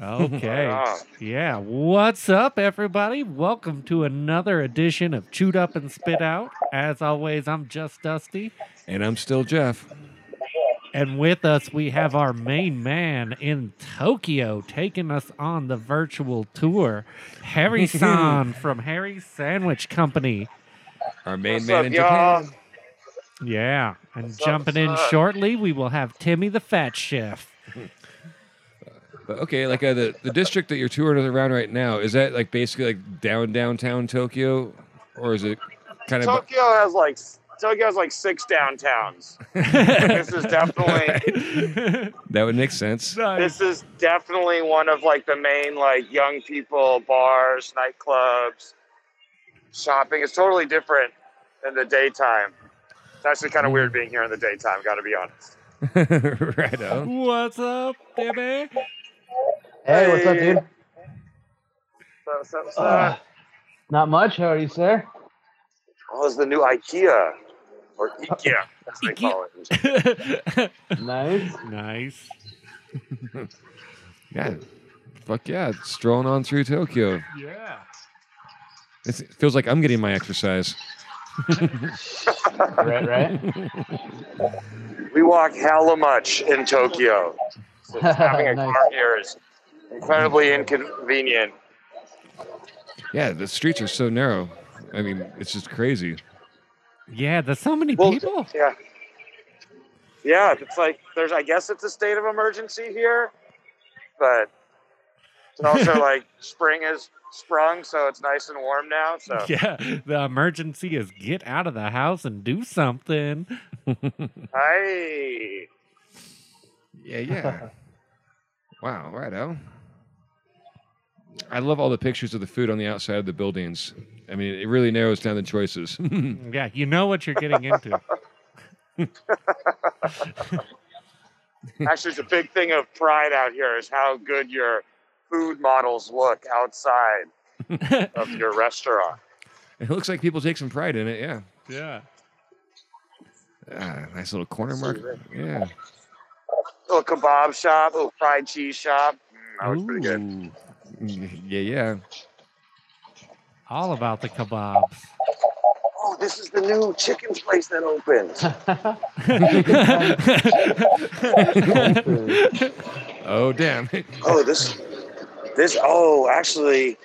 Okay. Wow. Yeah. What's up, everybody? Welcome to another edition of Chewed Up and Spit Out. As always, I'm Just Dusty. And I'm still Jeff. And with us, we have our main man in Tokyo taking us on the virtual tour, Harry San from Harry's Sandwich Company. Our main What's man up, in y'all? Japan. Yeah. And What's up, jumping in what's up? shortly, we will have Timmy the Fat Chef. But okay, like uh, the the district that you're touring around right now is that like basically like down downtown Tokyo, or is it kind of? Tokyo has like Tokyo has like six downtowns. this is definitely that would make sense. this is definitely one of like the main like young people bars, nightclubs, shopping. It's totally different than the daytime. It's actually kind of weird being here in the daytime. Got to be honest. right on. What's up, Timmy? Hey, what's up, dude? So, so, so. Uh, Not much. How are you, sir? oh, it's the new IKEA or IKEA as they Ikea. call it. Nice. nice. Yeah. Fuck yeah! Strolling on through Tokyo. Yeah. It's, it feels like I'm getting my exercise. right, right. We walk hella much in Tokyo. So having a Nice. car here is incredibly inconvenient. Yeah, the streets are so narrow. I mean, it's just crazy. Yeah, there's so many people. Yeah. Yeah, it's like there's I guess it's a state of emergency here, but it's also like spring has sprung, so it's nice and warm now. So Yeah, the emergency is get out of the house and do something. hey. Yeah, yeah. wow, right on. I love all the pictures of the food on the outside of the buildings. I mean, it really narrows down the choices. Yeah, you know what you're getting into. Actually it's a big thing of pride out here is how good your food models look outside of your restaurant. it looks like people take some pride in it. Yeah. yeah. Ah, nice little corner market. Yeah. Little kebab shop, little fried cheese shop. Mm, that was pretty good. Ooh. Mm, Yeah, yeah. All about the kebabs. Oh, this is the new chicken place that opened. Oh, damn. Oh, this, this. Oh, actually,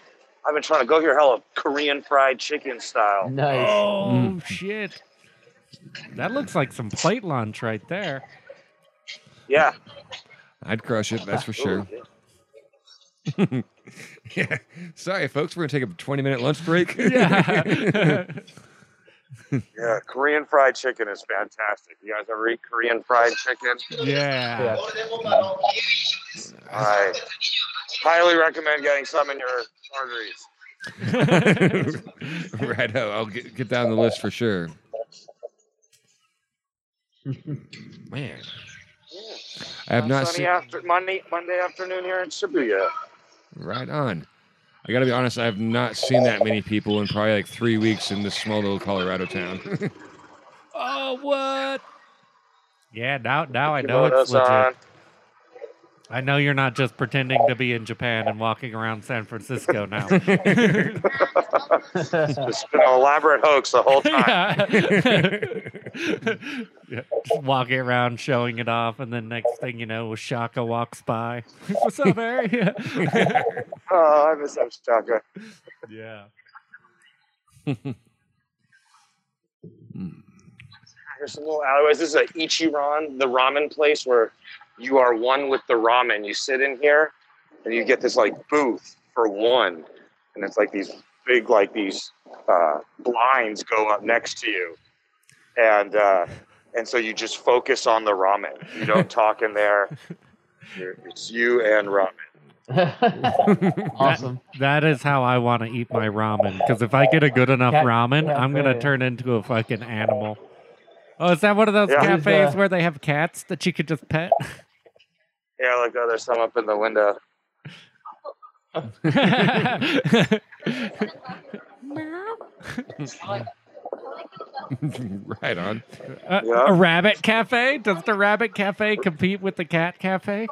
I've been trying to go here. Hella Korean fried chicken style. nice. Oh, shit. That looks like some plate lunch right there. Yeah. I'd crush it, that's for sure. Ooh, Yeah. Sorry, folks. We're going to take a 20 minute lunch break. Yeah. yeah, Korean fried chicken is fantastic. You guys ever eat Korean fried chicken? yeah. I highly recommend getting some in your arteries. right. I'll get, get down the list for sure. Man. I have not Sunny seen. after Monday, Monday afternoon here in Shibuya. Right on. I got to be honest, I have not seen that many people in probably like three weeks in this small little Colorado town. Oh, what? Yeah, now now I You know vote it's us on. legit. I know you're not just pretending to be in Japan and walking around San Francisco now. It's been an elaborate hoax the whole time. yeah. yeah. Just walking around, showing it off, and then next thing you know, Shaka walks by. What's up, Harry? Oh, I miss Osaka. yeah. Here's some little alleyways. This is a Ichiran, the ramen place where you are one with the ramen. You sit in here and you get this like booth for one. And it's like these big, like these uh, blinds go up next to you. And, uh, and so you just focus on the ramen. You don't talk in there. You're- It's you and ramen. awesome. That is how I want to eat my ramen. Because if I get a good enough Cat ramen, I'm gonna cafe. turn into a fucking animal. Oh, is that one of those Yeah. There's, cafes uh, where they have cats that you could just pet? Yeah, look, oh, there's some up in the window. right on. a, Yeah. a rabbit cafe? Does the rabbit cafe compete with the cat cafe?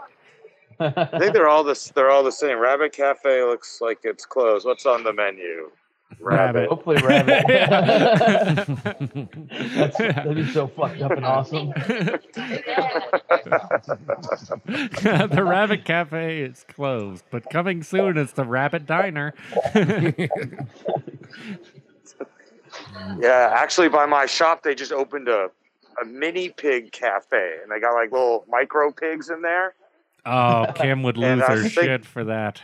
I think they're all this. They're all the same. Rabbit Cafe looks like it's closed. What's on the menu? Rabbit. Hopefully, rabbit. Yeah. That's, that'd be so fucked up and awesome. the rabbit cafe is closed, but coming soon is the rabbit diner. Yeah, actually, by my shop, they just opened a a mini pig cafe, and they got like little micro pigs in there. Oh, Kim would lose And I her think- shit for that.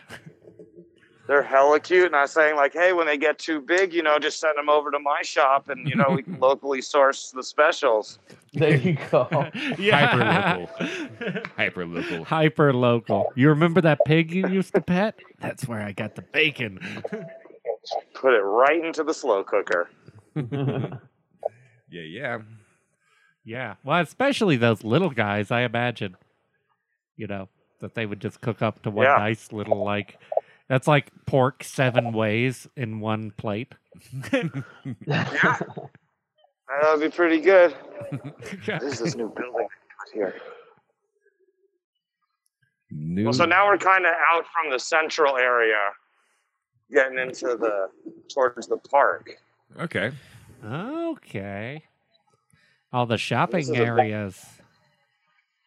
They're hella cute, and I was saying like, hey, when they get too big, you know, just send them over to my shop, and you know, we can locally source the specials. There you go. Yeah. Hyper local. Hyper local. You remember that pig you used to pet? That's where I got the bacon. Put it right into the slow cooker. Yeah, yeah. Yeah. Well, especially those little guys, I imagine. You know, that they would just cook up to one Yeah. nice little like that's like pork seven ways in one plate. That would be pretty good. This is this new building they got here. New. Well, Hmm. so now we're kind of out from the central area, getting into the towards the park. okay. okay. All the is shopping a- areas.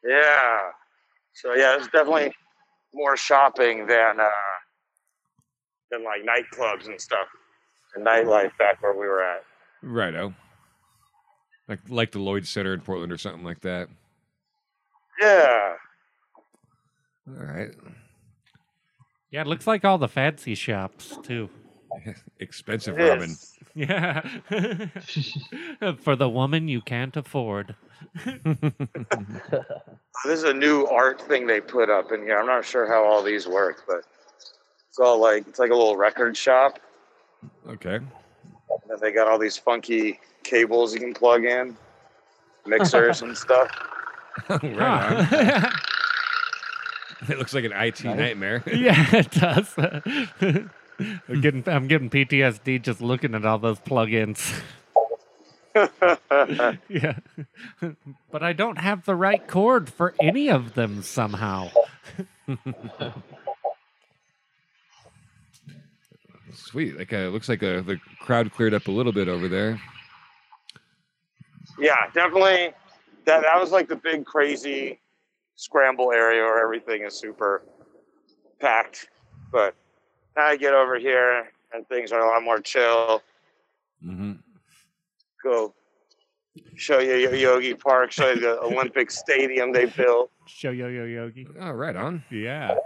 Yeah. So yeah, it's definitely more shopping than uh, than like nightclubs and stuff and nightlife back where we were at. Righto. Like like the Lloyd Center in Portland or something like that. Yeah. All right. Yeah, it looks like all the fancy shops too. Expensive it ramen. is. Yeah. For the woman you can't afford. This is a new art thing they put up in here. I'm not sure how all these work, but it's all like it's like a little record shop, Okay. and then they got all these funky cables you can plug in, mixers and stuff. right on. Huh. It looks like an IT nightmare. yeah, it does. I'm getting I'm getting PTSD just looking at all those plugins. yeah. but I don't have the right cord for any of them somehow. Sweet. Like uh, it looks like uh, the crowd cleared up a little bit over there. yeah, definitely. That that was like the big crazy scramble area where everything is super packed. But now I get over here and things are a lot more chill. Mm-hmm. Go show you Yo- Yogi Park, show you the Olympic Stadium they built. Show yo yo yogi. Oh, right on. Yeah.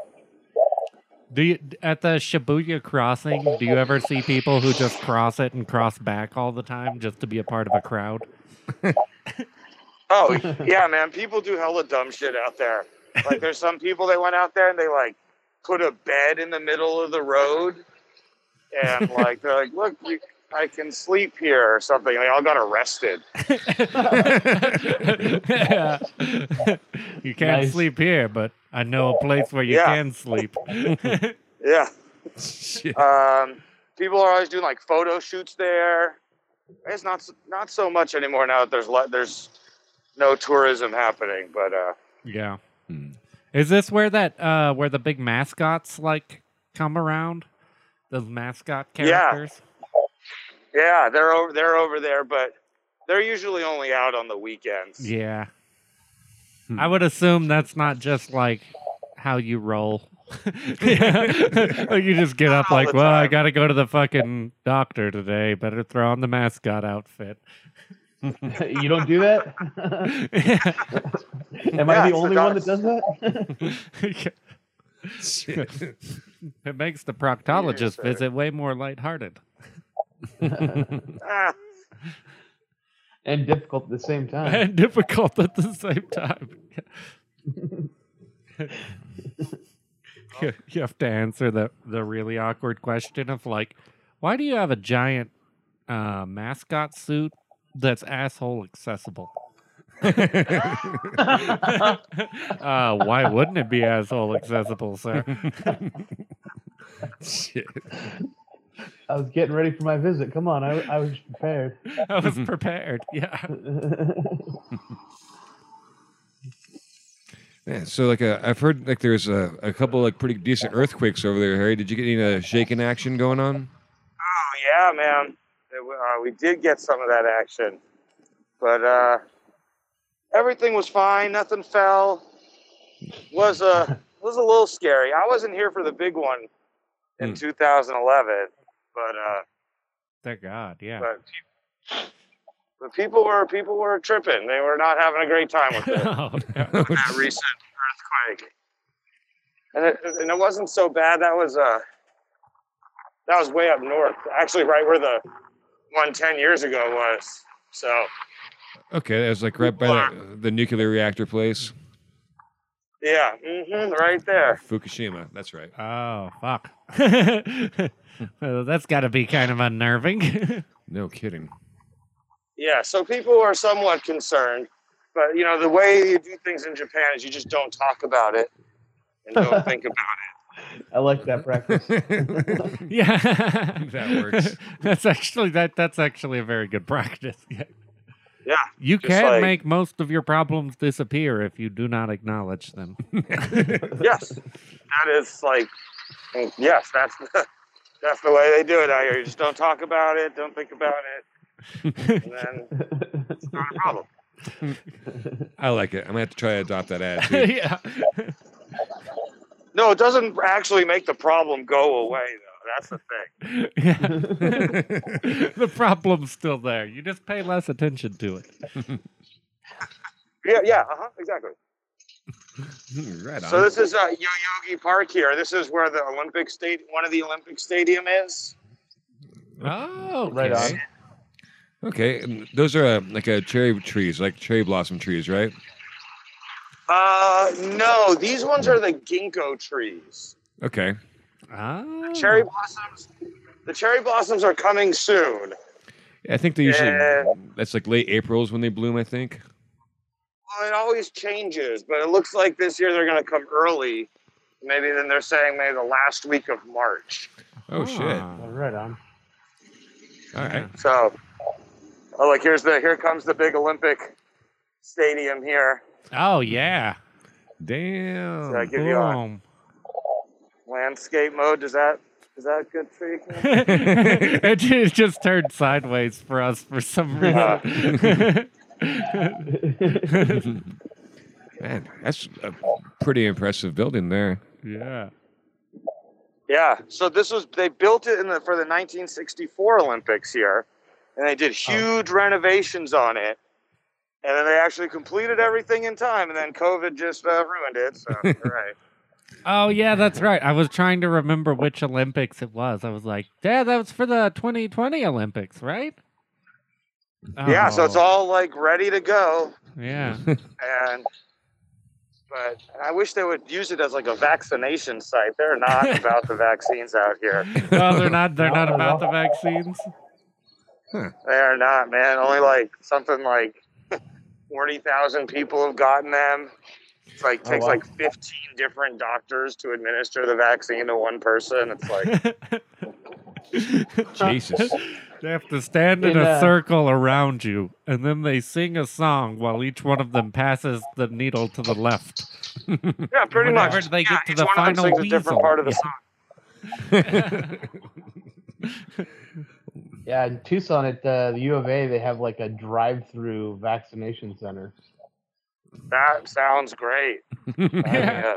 Do you at the Shibuya crossing, do you ever see people who just cross it and cross back all the time just to be a part of a crowd? Oh yeah, man, people do hella dumb shit out there. Like there's some people that went out there and they like put a bed in the middle of the road, and like they're like, look, you, I can sleep here or something. They all got arrested. Yeah. You can't Nice. sleep here, but I know a place where you Yeah. can sleep. Yeah. Shit. Um, people are always doing like photo shoots there. It's not s- not so much anymore now that there's le- there's no tourism happening, but uh, yeah. Hmm. Is this where that uh where the big mascots like come around? Those mascot Yeah. characters? yeah, they're over they're over there, but they're usually only out on the weekends. Yeah. Hmm. I would assume that's not just like how you roll. Like, you just get up All like, the well, I time. gotta go to the fucking doctor today. Better throw on the mascot outfit. you don't do that? Am Yeah, I it's the the only one dogs. that does that? it Shit. makes the proctologist sir. visit way more lighthearted. Ah, and difficult at the same time. and difficult at the same time. you, you have to answer the the really awkward question of like, why do you have a giant uh, mascot suit that's asshole accessible? uh, why wouldn't it be asshole accessible, sir? Shit. I was getting ready for my visit. Come on, I, I was prepared. I was prepared. Yeah. Yeah, so like uh, I've heard like there's a, a couple like pretty decent earthquakes over there, Harry. Did you get any uh, shaking action going on? Oh yeah, man. It, wa- uh, we did get some of that action, but uh, everything was fine. Nothing fell. Was a was a little scary. I wasn't here for the big one in Hmm. 2011, but uh, Thank God. Yeah. but. pe- But people were people were tripping. They were not having a great time with it. Oh, no. that recent earthquake. And it, and it wasn't so bad. That was uh, that was way up north, actually, right where the one ten years ago was. So okay, that was like right by the, the nuclear reactor place, yeah, hmm right there. Fukushima. That's right. Oh, fuck. Well, that's got to be kind of unnerving. No kidding. Yeah. So people were somewhat concerned, but you know the way you do things in Japan is you just don't talk about it and don't think about it. I like that practice. yeah. That works. that's actually that that's actually a very good practice. Yeah. Yeah. You Just can like- make most of your problems disappear if you do not acknowledge them. Yes. That is like, mm, yes. That's the, that's the way they do it out here. You just don't talk about it. Don't think about it. And then it's not a problem. I like it. I'm gonna have to try to adopt that attitude. yeah. No, it doesn't actually make the problem go away, though. That's the thing. the problem's still there. You just pay less attention to it. Yeah, yeah, uh-huh, exactly. right on. So this is uh, Yoyogi Park here. This is where the Olympic state, one of the Olympic stadium is. Oh, Right okay. on. okay, and those are uh, like uh, cherry trees, like cherry blossom trees, right? Uh, no, these ones are the ginkgo trees. Okay. Oh. Cherry blossoms. The cherry blossoms are coming soon. I think they usually Yeah. that's like late April is when they bloom. I think. Well, it always changes, but it looks like this year they're going to come early. Maybe then they're saying maybe the last week of March. Oh shit! Ah. right on. All right. So, oh, like here's the here comes the big Olympic stadium here. Oh yeah. Damn. Did I give you a Boom. landscape mode? Does that is that good for you? Cam? it, ju- it just turned sideways for us for some reason. Man, that's a pretty impressive building there. yeah. yeah. So this was they built it in the for the 1964 Olympics here, and they Oh. did huge renovations on it. And then they actually completed everything in time, and then COVID just uh, ruined it. So, all right. Oh yeah, that's right. I was trying to remember which Olympics it was. I was like, yeah, that was for the 2020 Olympics, right? Yeah, so it's Oh, all like ready to go, Yeah. and but I wish they would use it as like a vaccination site. They're not about the vaccines out here. oh, they're not. They're not No, no, about the no. vaccines. They are not, man. Only like something like forty thousand people have gotten them. It's like Oh, takes wow. like fifteen different doctors to administer the vaccine to one person. It's like Jesus. They have to stand in, In, a uh, circle around you, and then they sing a song while each one of them passes the needle to the left. yeah, pretty much. Whenever they Yeah, get to each the one of them final sings a weasel. different part of the Yeah. song. Yeah, in Tucson at uh, the U of A, they have like a drive-through vaccination center. That sounds great. Oh, Yeah.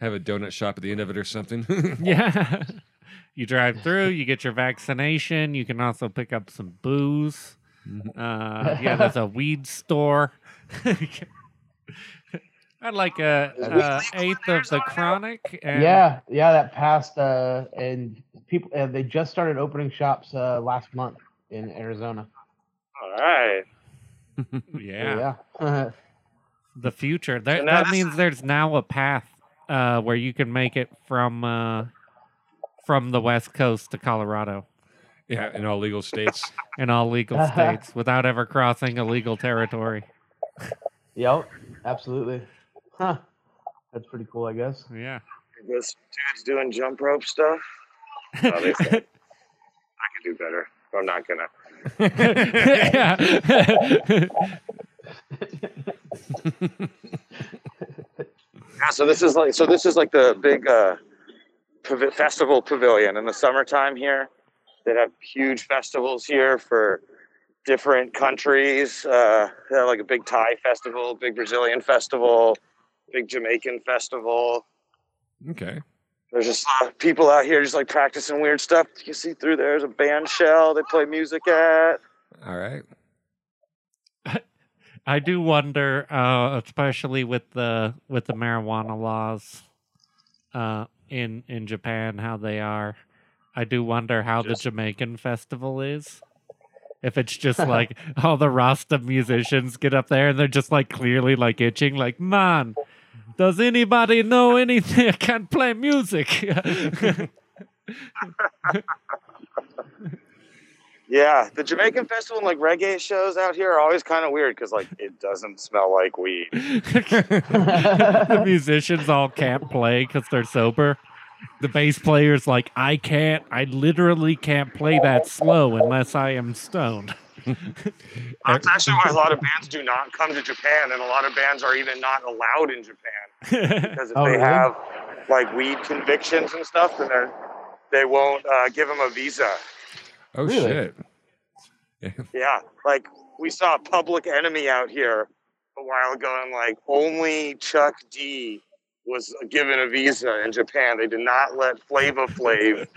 Have a donut shop at the end of it or something. Yeah. You drive through, you get your vaccination. You can also pick up some booze. Uh, yeah, there's a weed store. I'd like a, a eighth of the chronic. And yeah, yeah, that passed, uh, and people uh, they just started opening shops uh, last month in Arizona. All right. Yeah. yeah. the future. There, And that that's- means there's now a path uh, where you can make it from uh, from the West Coast to Colorado Yeah, in all legal states. in all legal states without ever crossing illegal territory. Yep, absolutely. Huh. That's pretty cool, I guess. Yeah. This dude's doing jump rope stuff. Oh, they suck. I could do better. I'm not gonna. yeah. Yeah, Ah, so this is like so this is like the big uh, pav- festival pavilion in the summertime here. They have huge festivals here for different countries. Uh, they have like a big Thai festival, big Brazilian festival, big Jamaican festival. okay. There's just a lot of people out here just like practicing weird stuff. You can see through there's a band shell they play music at. All right. I do wonder, uh, especially with the with the marijuana laws uh, in in Japan, how they are. I do wonder how Just- the Jamaican festival is. If it's just like all the Rasta musicians get up there and they're just like clearly like itching, like man, does anybody know anything? I can't play music. Yeah, the Jamaican festival and like reggae shows out here are always kind of weird because like it doesn't smell like weed. the musicians all can't play because they're sober. The bass player's like, I can't, I literally can't play that slow unless I am stoned. That's actually why a lot of bands do not come to Japan, and a lot of bands are even not allowed in Japan because if Oh, they really? have like weed convictions and stuff, then they're they won't uh, give them a visa. Oh Really? shit. Yeah, like we saw Public Enemy out here a while ago, and like only Chuck D was given a visa in Japan. They did not let Flava Flav.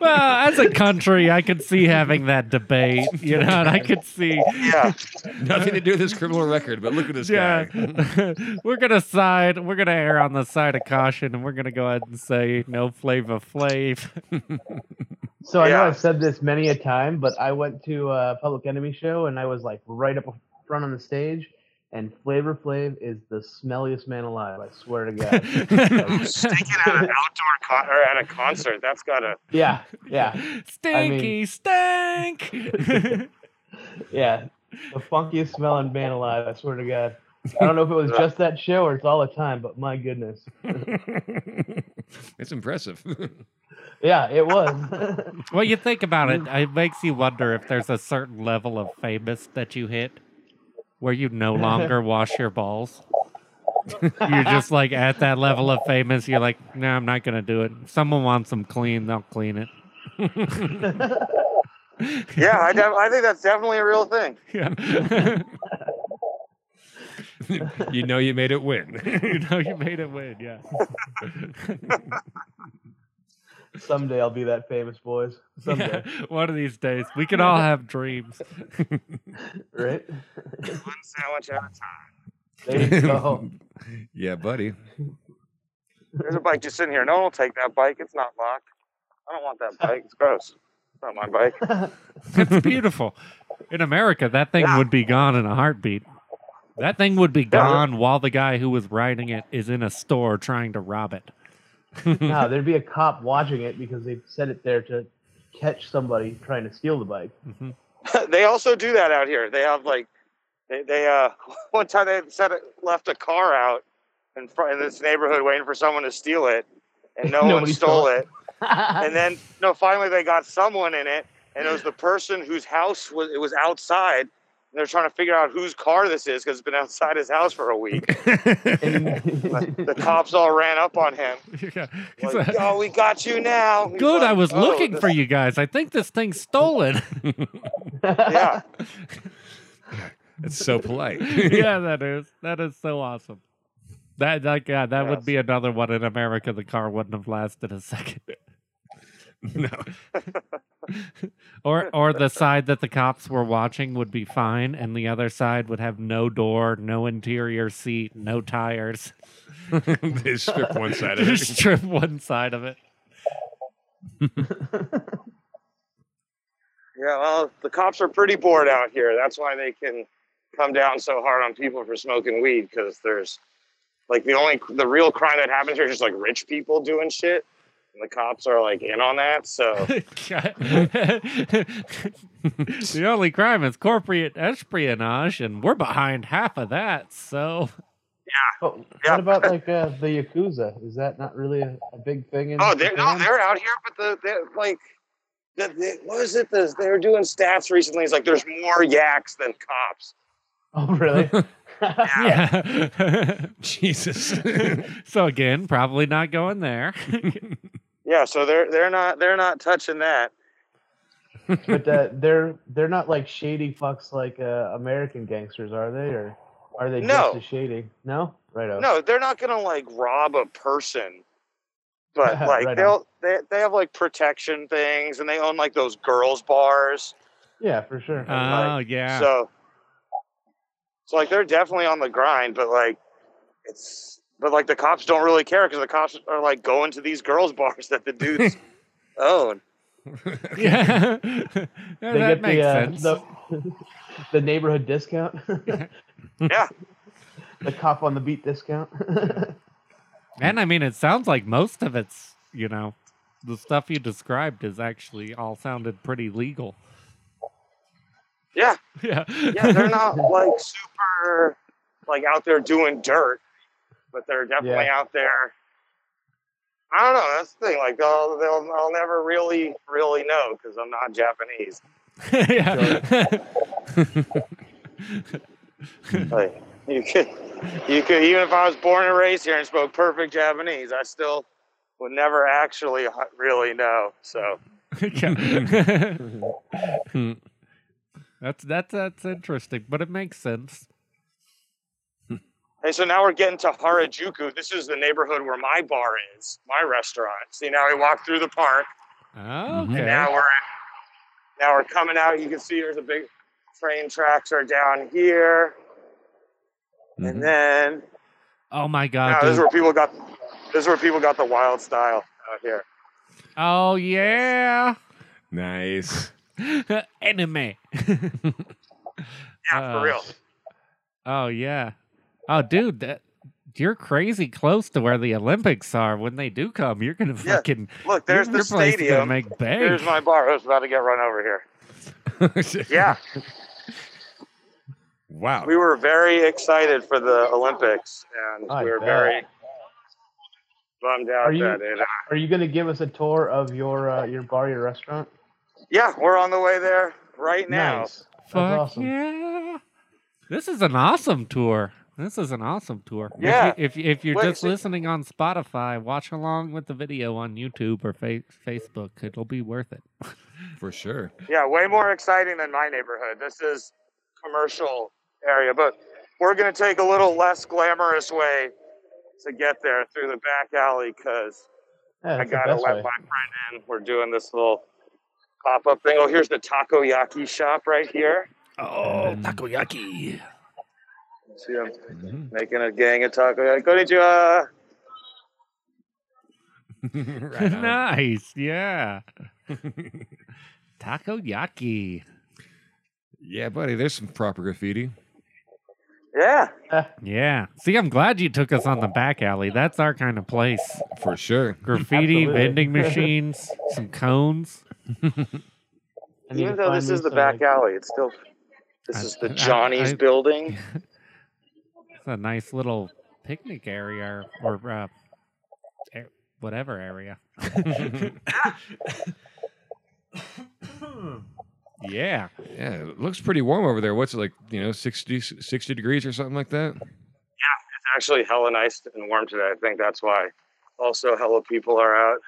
well, as a country, I could see having that debate, you know, and I could see, Yeah, Nothing to do with his criminal record, but look at Oh, this yeah, guy. we're going to side, we're going to err on the side of caution, and we're going to go ahead and say no flavor flav. So I know Yeah. I've said this many a time, but I went to a Public Enemy show and I was like right up front on the stage. And Flavor Flav is the smelliest man alive. I swear to God. stinking at an outdoor con- or at a concert. That's gotta. yeah, yeah, Stinky stank. yeah. The funkiest smelling man alive. I swear to God. I don't know if it was just that show or it's all the time, but my goodness. it's impressive. Yeah, it was. Well, you think about it, it makes you wonder if there's a certain level of famous that you hit where you no longer wash your balls. you're just like at that level of famous. You're like, no, I'm not gonna do it. If someone wants them clean, they'll clean it. Yeah, I, def- I think that's definitely a real thing. Yeah. you know you made it win. you know, you made it win. Yeah. Someday I'll be that famous, boys. Someday, One of these days, we can all have dreams. right? One sandwich at a time. There you go. yeah, buddy. There's a bike just sitting here. No one will take that bike. It's not locked. I don't want that bike. It's gross. It's not my bike. It's beautiful. In America, that thing would be gone in a heartbeat. That thing would be gone while the guy who was riding it is in a store trying to rob it. no, there'd be a cop watching it because they'd set it there to catch somebody trying to steal the bike. they also do that out here. They have like, they, they uh, one time they set it, left a car out in front in this neighborhood waiting for someone to steal it, and no one Nobody stole stole it. and then no, finally they got someone in it, and it was the person whose house was it was outside. And they're trying to figure out whose car this is because it's been outside his house for a week. the cops all ran up on him. Yeah. He's Like, like, oh, we got you now. He's Good, like, I was "Oh, looking this- for you guys. I think this thing's stolen. Yeah, That's so polite. yeah, that is. That is so awesome. That that yeah, that would be another one in America. The car wouldn't have lasted a second. no. Or or the side that the cops were watching would be fine, and the other side would have no door, no interior seat, no tires. they strip one side of Just it. strip one side of it. yeah. Well, the cops are pretty bored out here. That's why they can come down so hard on people for smoking weed because there's like the only the real crime that happens here is just like rich people doing shit, and the cops are like in on that. So the only crime is corporate espionage, and we're behind half of that. So But Yeah. what about like uh, the yakuza? Is that not really a, a big thing? In oh, they're no, Japan? they're out here, but the they're, like. The, the, what is it? The, they were doing stats recently. It's like there's more yaks than cops. Oh, really? yeah. Jesus. so again, probably not going there. Yeah, so they're they're not they're not touching that. but uh, they're they're not like shady fucks like uh, American gangsters, are they? Or are they just No. as shady? No, right on. No, they're not gonna like rob a person, but Right like on. they'll they they have like protection things, and they own like those girls bars. Yeah, for sure. Oh yeah. So, so like they're definitely on the grind, but like it's but like the cops don't really care because the cops are like going to these girls bars that the dudes own. yeah. they that makes sense. the, the neighborhood discount. Yeah. the cop on the beat discount. And I mean, it sounds like most of it's, you know, the stuff you described is actually all sounded pretty legal. Yeah, Yeah. yeah, they're not like super like out there doing dirt, but they're definitely out there. I don't know. That's the thing. Like they'll they'll I'll never really really know because I'm not Japanese. yeah. Like you could you could even if I was born and raised here and spoke perfect Japanese, I still would never actually h- really know. So Yeah. that's that's that's interesting, but it makes sense. hey, so now we're getting to Harajuku. This is the neighborhood where my bar is, my restaurant. See, now we walk through the park. Okay. now we're now we're coming out. You can see there's a big train tracks are down here, Mm-hmm. and then Oh my god. now this is dude. where people got this is where people got the wild style out here. Oh yeah. nice. Anime. Yeah, Uh, for real. Oh yeah. Oh dude, that you're crazy close to where the Olympics are. When they do come, you're gonna Yeah. fucking Look, there's your the place is Gonna stadium. make bank. Here's my bar. I was about to get run over here. Yeah, Wow. we were very excited for the Olympics, and I we were bet. very bummed Are out you- that it. Are you gonna give us a tour of your uh, your bar, your restaurant? Yeah, we're on the way there right now. Nice. That's Fuck awesome. yeah! This is an awesome tour. This is an awesome tour. If you- Yeah. If you, if, you're Wait, just so- listening on Spotify, watch along with the video on YouTube or fa- Facebook. It'll be worth it. For sure. Yeah, way more exciting than my neighborhood. This is commercial area, but we're going to take a little less glamorous way to get there through the back alley because Yeah, I that's the got to best let way. my friend in. We're doing this little pop up thing. Oh, here's the takoyaki shop right here. Oh, takoyaki! See, I'm making a gang of takoyaki. Konnichiwa. right on. nice, yeah. takoyaki. Yeah, buddy, there's some proper graffiti. Yeah. Yeah. See, I'm glad you took us on the back alley. That's our kind of place. For sure. Graffiti, Absolutely. vending machines, some cones. I need to Even though find this me is the some, back like- alley, it's still. I- This is the I- Johnny's I- building. It's a nice little picnic area or, or uh, a- whatever area. yeah. Yeah, it looks pretty warm over there. What's it like, you know, 60, 60 degrees or something like that? It's actually hella nice and warm today. I think that's why. Also, hella people are out.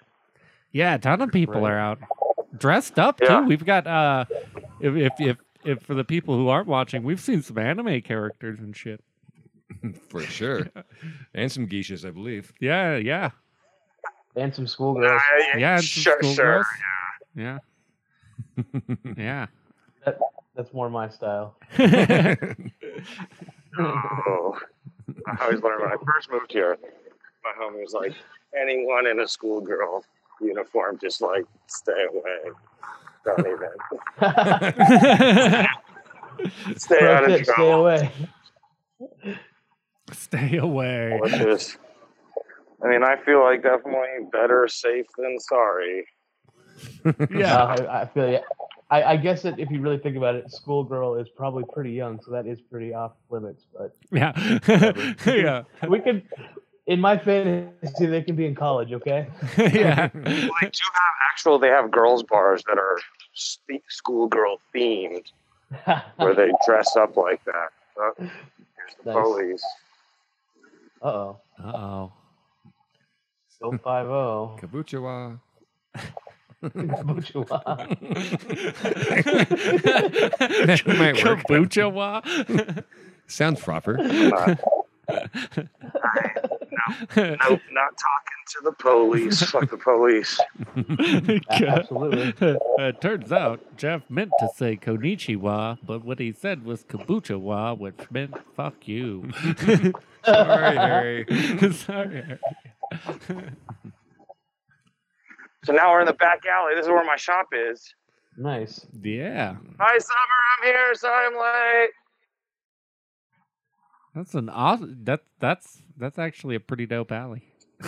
Yeah, a ton of people are out dressed up Yeah. too. We've got uh if if if, if for the people who aren't watching, we've seen some anime characters and shit. For sure. and some geishas, I believe. Yeah, yeah. and some schoolgirls. I- Yeah, and some sure, schoolgirls. sure. Yeah. Yeah. That, that's more my style. Oh, I always wondered when I first moved here, my homie was like, anyone in a schoolgirl uniform, just like stay away. Don't even. Stay out of That's it, stay trouble. away. Stay away. Which is, I mean, I feel like definitely better safe than sorry. Yeah. Uh, I, I feel you. I, I guess that if you really think about it, schoolgirl is probably pretty young, so that is pretty off limits. But Yeah. yeah. we could, in my fantasy, they can be in college, okay? yeah. Well, they do have actual. They have girls bars that are st- schoolgirl themed, where they dress up like that. So, here's the Nice. police. Uh oh. Uh-oh. Go 5 0. Kabuchawa. might work. Kombucha wa? Sounds proper. Not, nope, not talking to the police. Fuck the police. Absolutely. Uh, turns out Jeff meant to say Konichiwa, but what he said was kombucha wa, which meant fuck you. Sorry, Harry. Sorry. So now we're in the back alley. This is where my shop is. Nice. Yeah. Hi, Summer. I'm here. Sorry I'm late. That's an awesome that that's that's actually a pretty dope alley. No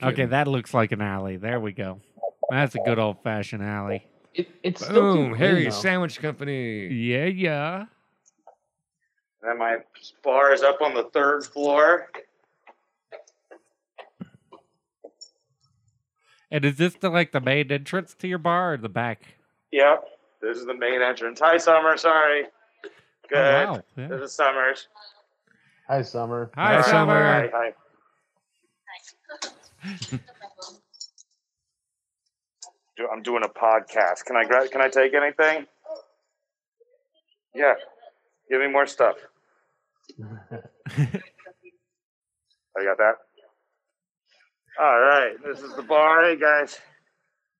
Okay, kidding. that looks like an alley. There we go. That's a good old fashioned alley. It, it's still too Boom, clean, Harry though. Sandwich Company. Yeah, yeah. And then my bar is up on the third floor. And is this the like the main entrance to your bar or the back? Yep. This is the main entrance. Hi, Summer. Sorry. Good. Oh, wow. Yeah. This is Summers. Hi, Summer. Hi, All right, all Summer. right, hi. Do- I'm doing a podcast. Can I grab? Can I take anything? Yeah. Give me more stuff. I got that. All right. This is the bar. Hey guys.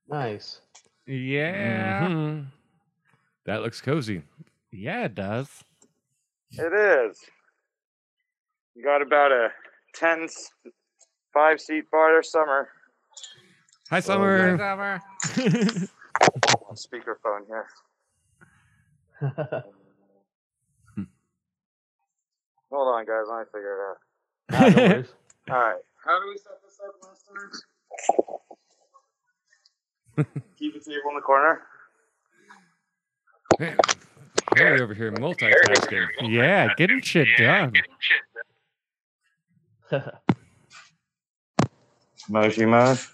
Nice. Yeah. Mhm. That looks cozy. Yeah, it does. It is. You got about a 10, 5 seat bar there, Summer. Hi, Summer. Summer. On speakerphone here. Hold on, guys. Let me figure it out. Ah, no worries. All right. How do we set this up last time? Keep the table in the corner. Man, Harry over here multitasking. Yeah, getting shit done. Moshi Mosh.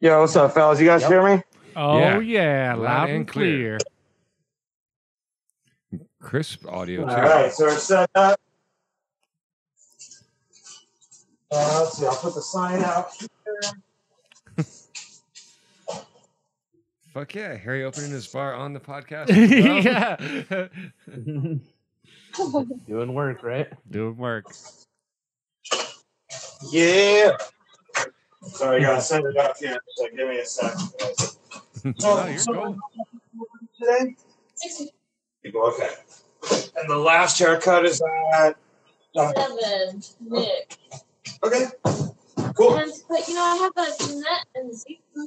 Yo, what's up, fellas? You guys hear me? Oh Yeah. yeah, loud and clear. Crisp audio, All too. right, so we're set up. Uh, let's see, I'll put the sign out. Fuck yeah. Harry opening his bar on the podcast. yeah. Well, Doing work, right? Doing work. Yeah. Sorry, I gotta set it up here. So give me a sec. guys. no, you're cool. Today? You go, okay. And the last haircut is at. Seven, Nick. Okay. Cool. And, but you know, I have that net and zip, and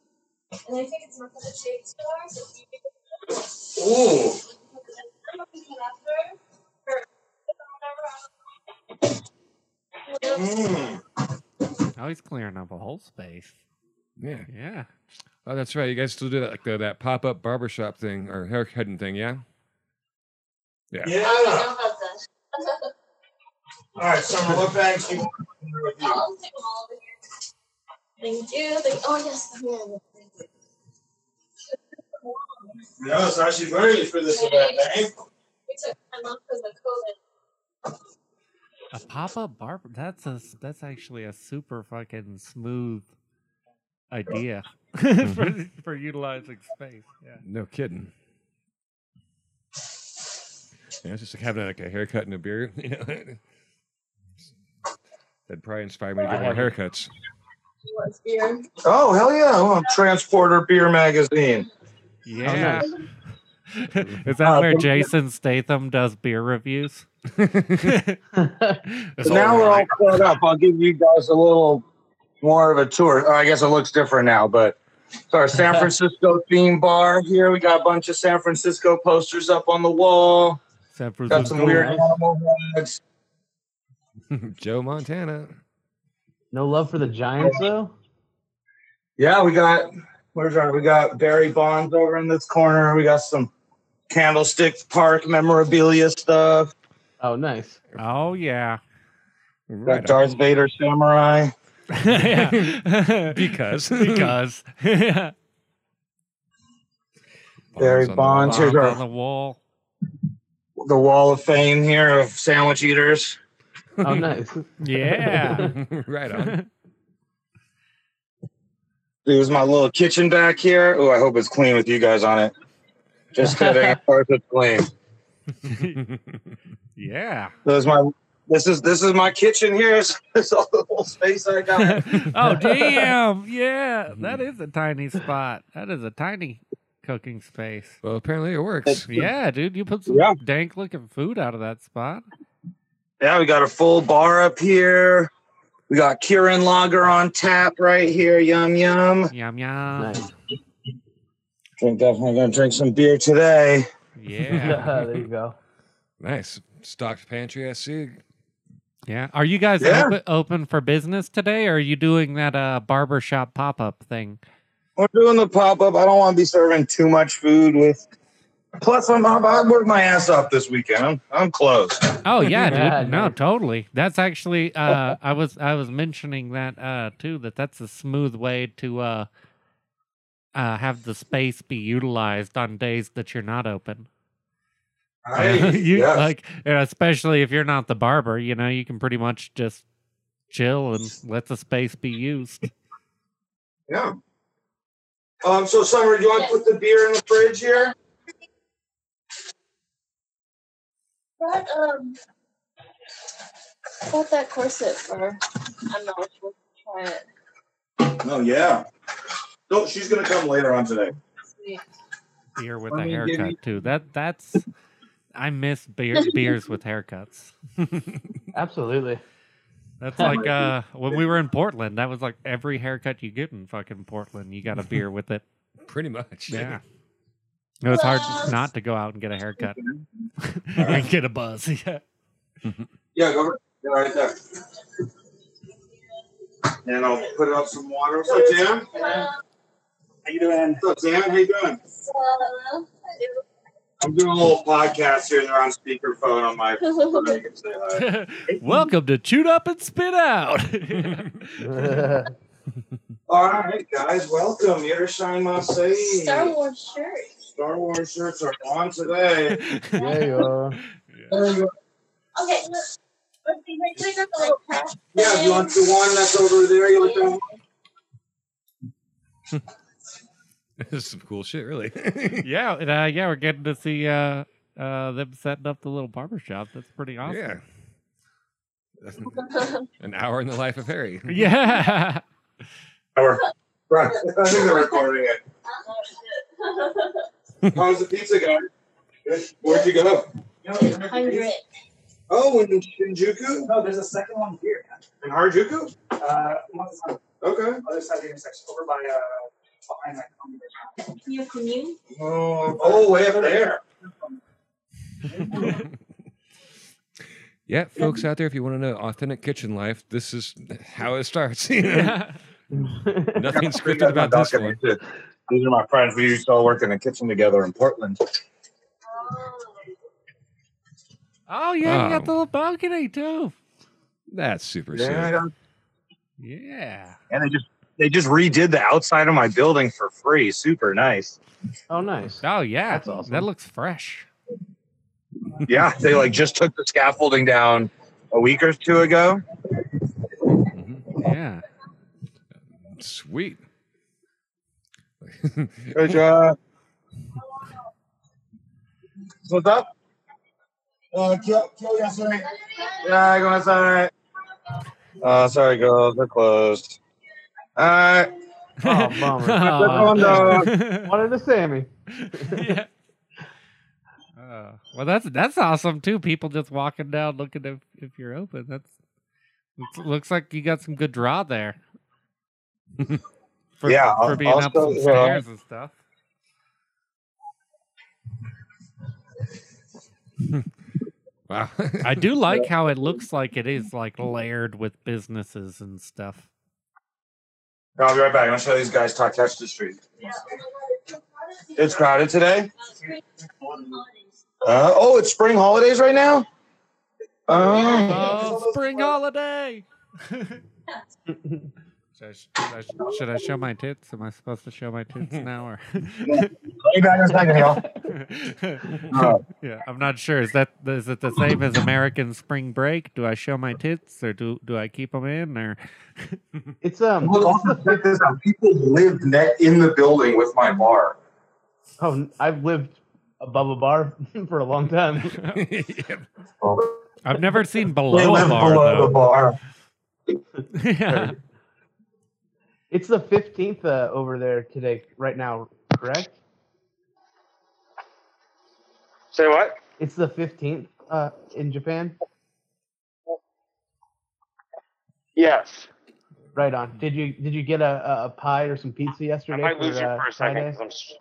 I think it's not for the shade star. So if you think Ooh. I'm not picking up her, or whatever. I'm- Mm. Oh, he's clearing up a whole space. Yeah. Yeah. Oh, that's right. You guys still do that, like the, that pop up barbershop thing or haircutting thing, yeah? I don't Yeah. know about that. All right, Summer, what bags do you want? I'll take them all over here. Thank you. Thank, oh yes, the hand. No, it's actually very for this event. eh? We took time off because of COVID. A pop up bar that's a that's actually a super fucking smooth idea for, for utilizing space. Yeah. No kidding. Yeah, it's just like having like a haircut and a beer. You know? That'd probably inspire me to get more haircuts. You want beer? Oh, hell yeah. I want Transporter Beer Magazine. Oh, Yeah. Is that Uh, where don't- Jason Statham does beer reviews? So now we're all caught up. I'll give you guys a little more of a tour. Oh, I guess it looks different now, but It's our San Francisco theme bar here. We got a bunch of San Francisco posters up on the wall. San Got some Francisco. weird animal heads. Joe Montana. No love for the Giants though. Yeah, we got where's our we got Barry Bonds over in this corner. We got some Candlestick Park memorabilia stuff. Oh, nice. Oh yeah. Got Right Darth Vader Samurai. Yeah. Because. because Yeah. on. Barry Bonds on the Bonds. Here's Bombs on our the wall. the Wall of Fame here of sandwich eaters. Oh, nice. Yeah. wall. right on. There's my little kitchen back here. Oh, I hope it's clean with you guys on it. Just kidding. Of course it's clean. yeah. There's my this is this is my kitchen here. It's, it's all the whole space I got. oh damn. Yeah. That is a tiny spot. That is a tiny cooking space. Well, apparently it works. Yeah, dude, you put some Yeah. dank looking food out of that spot. yeah, we got a full bar up here. We got Kieran Lager on tap right here. Yum yum. Yum yum. Nice. Drink definitely gonna drink some beer today. Yeah. there you go. Nice. Stocked pantry, I see. yeah. Are you guys Yeah. open, open for business today or are you doing that uh barbershop pop up thing? We're doing the pop up. I don't want to be serving too much food with. Plus, I'm I I worked my ass off this weekend. I'm I'm close. Oh yeah, dude. Yeah, no, dude. totally. That's actually uh I was I was mentioning that uh too that that's a smooth way to uh uh have the space be utilized on days that you're not open. you yes. like and especially if you're not the barber, you know, you can pretty much just chill and let the space be used. Yeah. Um, so Summer, do you want to put the beer in the fridge here? What um, what that corset for? I'm not supposed to try it. No, Oh, yeah. No, she's gonna come later on today. Sweet. beer with I a mean, give haircut you- too. That that's I miss beer beers with haircuts. Absolutely. That's like uh when we were in Portland, that was like every haircut you get in fucking Portland, you got a beer with it. Pretty much. Yeah. It was hard not to go out and get a haircut and get a buzz. Yeah. Yeah, go over. Yeah, right there. And I'll put up some water. So Dan, Um, How you doing? what's up, Dan? How you doing? so, I'm doing a little podcast here. They're on speakerphone on my. so they can say hi. Welcome to Chewed Up and Spit Out. All right, guys, welcome. Yerushalayim Masei. Star Wars shirt. Star Wars shirts are on today. there you are. Okay. look. Let's see, like, take out the little patch Yeah, you want thing. the one that's over there? You like that one? this is some cool shit, really. yeah, and, uh, yeah, we're getting to see uh uh them setting up the little barber shop. That's pretty awesome. Yeah. That's An hour in the life of Harry. yeah. Hour. Right. I think they're recording it. How's the pizza going? Good. Where'd you go? Hundred. Oh, in Shinjuku? No, there's a second one here. man. In Harajuku? Uh, one's on Okay. the other side of the intersection, over by uh, behind that company. Can you can you? Oh, oh, way up there. Yeah, folks out there, if you want to know authentic kitchen life, this is how it starts. Nothing scripted about this one. These are my friends. We used to all work in the kitchen together in Portland. Oh yeah, you Oh. got the little balcony too. That's super Yeah, sick. yeah. Yeah. and they just they just redid the outside of my building for free. Super nice. Oh, nice. Oh yeah, That's awesome. That looks fresh. Yeah, they like just took the scaffolding down a week or two ago. Yeah. Sweet. Good job. What's up? Uh, kill, kill yesterday. Yeah, go inside. Uh, sorry, girls, they're closed. All right. Oh, bummer. Aw. Oh. Wanted to Sammy. yeah. Uh, well, that's that's awesome too. People just walking down, looking if if you're open. That's looks, looks like you got some good draw there. for, Yeah, for I'll- being I'll up still- some you know. stairs and stuff. Wow. I do like how it looks like it is like layered with businesses and stuff. No, I'll be right back. I'm gonna show these guys talk catch the street. It's crowded today. Uh, oh, it's spring holidays right now. Oh. Oh, spring holiday! should, I, sh- should I sh- should I show my tits? Am I supposed to show my tits now? Or Be back in a second, y'all. yeah, I'm not sure. Is that is it the same as American spring break? Do I show my tits or do do I keep them in? Or It's um. Look, also check this out. People lived ne- in the building with my bar. Oh, I've lived above a bar for a long time. I've never seen They below a lived bar below though. the bar. yeah. It's the fifteenth uh, over there today, right now, correct? Say what? It's the fifteenth uh, in Japan. Yes. Right on. Did you did you get a, a- a pie or some pizza yesterday? I might lose you uh, for a Pi Day? second. 'cause I'm s-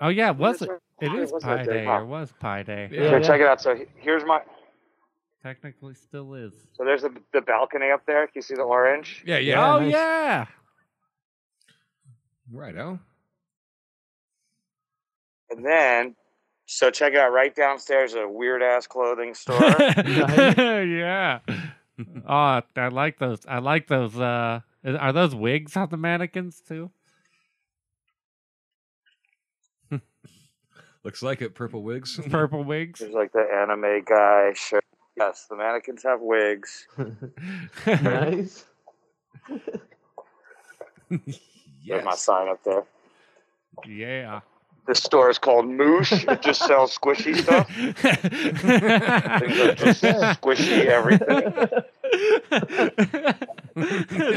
Oh yeah, was it? Where's It my- is where's my Pi day Day, off? or was Pi Day? Yeah. Here, check it out. So he- here's my. Technically, still is. So there's the, the balcony up there. Can you see the orange? Yeah, yeah. oh nice. yeah. Right, oh. And then, so check it out. Right downstairs, a weird ass clothing store. yeah. Oh, I like those. I like those. Uh, is- are those wigs on the mannequins too? Looks like it. Purple wigs. Purple wigs. There's like the anime guy shirt. Yes, the mannequins have wigs. nice. There's my sign up there. yeah. This store is called Moosh. It just sells squishy stuff. Things are just squishy everything.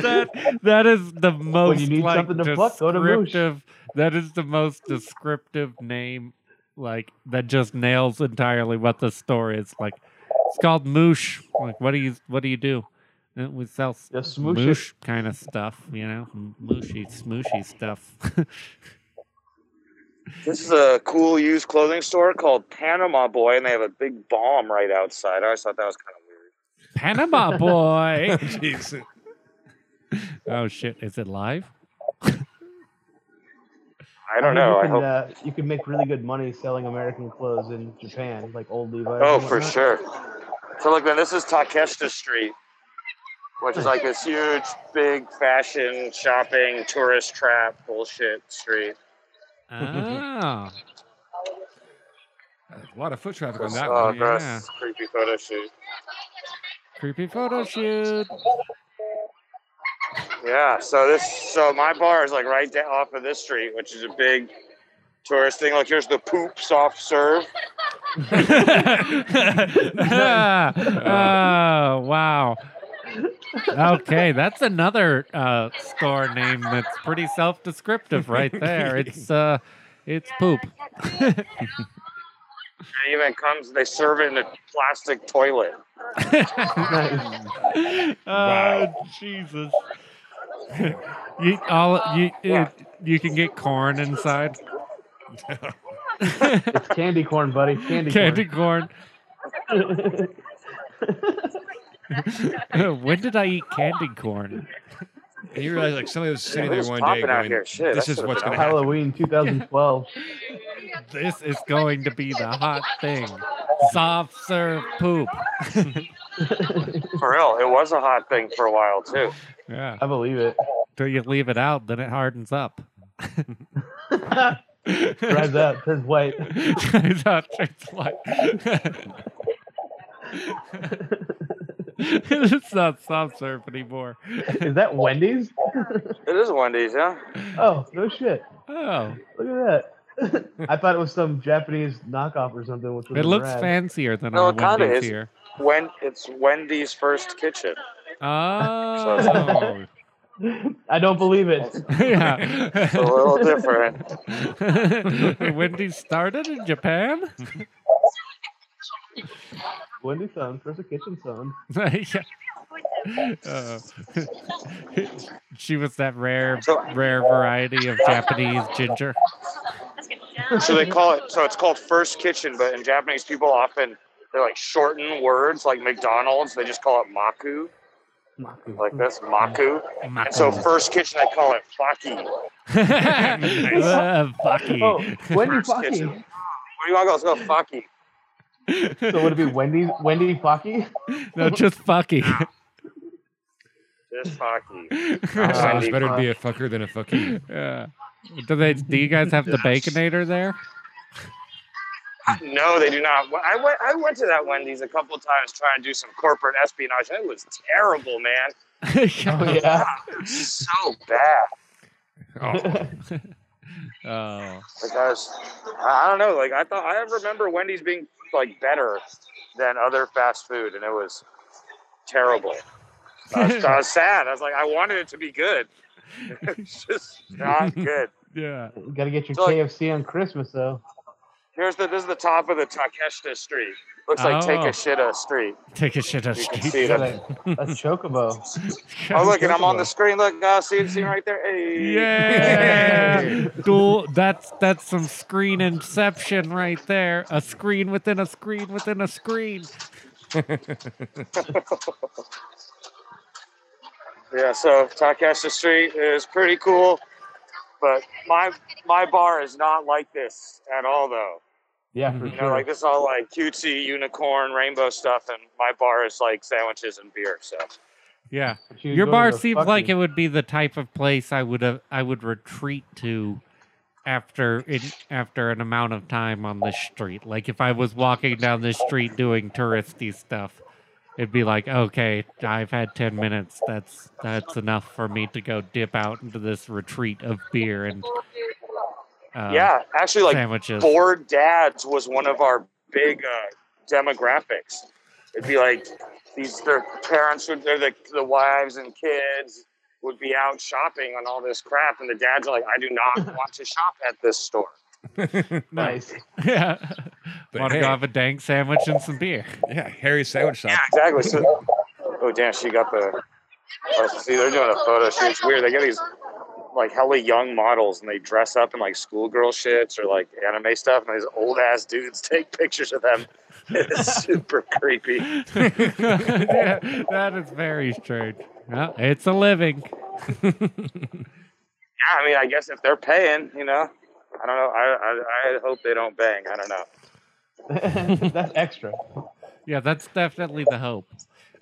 that that is the most you need like, something to pluck, go to Moosh. descriptive. That is the most descriptive name, like that just nails entirely what the store is. Like it's called Moosh. Like what do you what do you do? And we sell s- Just smoosh it. moosh kind of stuff, you know, m- mooshy, smooshy stuff. This is a cool used clothing store called Panama Boy, and they have a big bomb right outside. I always thought that was kind of weird. Panama boy. Jeez. oh shit! Is it live? I don't know. You I can, hope. uh, you can make really good money selling American clothes in Japan, like old Levi's. Oh, and for whatnot. sure. So look, man, this is Takeshita Street, which is like this huge, big fashion shopping tourist trap bullshit street. Oh. A lot of foot traffic on This that uh, one. dress, Yeah. creepy photo shoot. Creepy photo shoot. Yeah. So this, so my bar is like right down off of this street, which is a big tourist thing. Like here's the poop soft serve. oh wow. Okay, that's another uh, store name that's pretty self-descriptive right there. It's uh, it's poop. It even comes. They serve it in a plastic toilet. oh Jesus! you all you it, you can get corn inside. It's candy corn, buddy. Candy, Candy corn. corn. when did I eat candy corn? And you realize, like, somebody was sitting It there was one day popping out going, here. Shit, "This that is should've what's been going to happen." Halloween 2012. This is going to be the hot thing. Soft serve poop. For real, it was a hot thing for a while too. yeah. I believe it. Till you leave it out, then it hardens up. Drives up, turns white. Turns out it's like- it's not soft serve anymore. Is that Wendy's? It is Wendy's, yeah. Oh, no shit. Oh, Look at that. I thought it was some Japanese knockoff or something. Which was it looks rad. fancier than No, our it kinda Wendy's is. here. When it's Wendy's first kitchen. Oh, I don't believe it. It's a yeah. little different. Wendy's started in Japan. Wendy's sounds versus kitchen sounds. Yeah. Uh, she was that rare, rare variety of Japanese ginger. So they call it. So it's called first kitchen, but in Japanese, people often they like shorten words like McDonald's. They just call it maku. Like that's maku. And so Maku. first kitchen, they call it faki. Uh, Fucky. Oh, Wendy First kitchen. Focky. Where do you want to go? Let's go faki. So would it be Wendy Wendy Focky? No, just fucky. Just faki. That sounds Wendy better to be a Focky. fucker than a fucky. Yeah. Uh, Do they? Do you guys have the baconator there? No, they do not. Well, I went. I went to that Wendy's a couple times trying to do some corporate espionage, and it was terrible, man. Oh yeah. It was so bad. Oh, Oh. Like I was, I I don't know. Like I thought, I remember Wendy's being like better than other fast food, and it was terrible. I was, I was sad. I was like, I wanted it to be good. it's just not good. Yeah. Gotta get your So, like- KFC on Christmas though. Here's the this is the top of the Takeshita Street. Looks like Oh. Take a Shita Street. Take a shit on You can street. see Got that. a, a chocobo. Oh look, and I'm on the screen. Look, uh, see, see right there. Hey. Yeah. Dual. That's that's some screen inception right there. A screen within a screen within a screen. Yeah, so Takashita Street is pretty cool, but my my bar is not like this at all, though. Yeah, for You know, sure. like this is all like cutesy unicorn rainbow stuff, and my bar is like sandwiches and beer. So Yeah. But you Your go to bar the seems like Focky. it would be the type of place I would have, I would retreat to after in, after an amount of time on the street. Like if I was walking down the street doing touristy stuff, it'd be like, okay, I've had ten minutes. That's that's enough for me to go dip out into this retreat of beer and uh, yeah, actually, like sandwiches. bored dads was one of our big uh, demographics. It'd be like these their parents would their the, the wives and kids would be out shopping on all this crap, and the dads are like, I do not want to shop at this store. nice. yeah, But want to hey. go have a dang sandwich and some beer. yeah, Harry sandwich shop. Yeah, exactly. So, oh damn, she got the. Oh, see, they're doing a photo shoot. It's weird. They get these like hella young models, and they dress up in like schoolgirl shits or like anime stuff, and these old ass dudes take pictures of them. It's super creepy. yeah, that is very strange. Yeah, it's a living. Yeah, I mean, I guess if they're paying, you know, I don't know. I I, I hope they don't bang. I don't know. That's extra. Yeah, that's definitely the hope.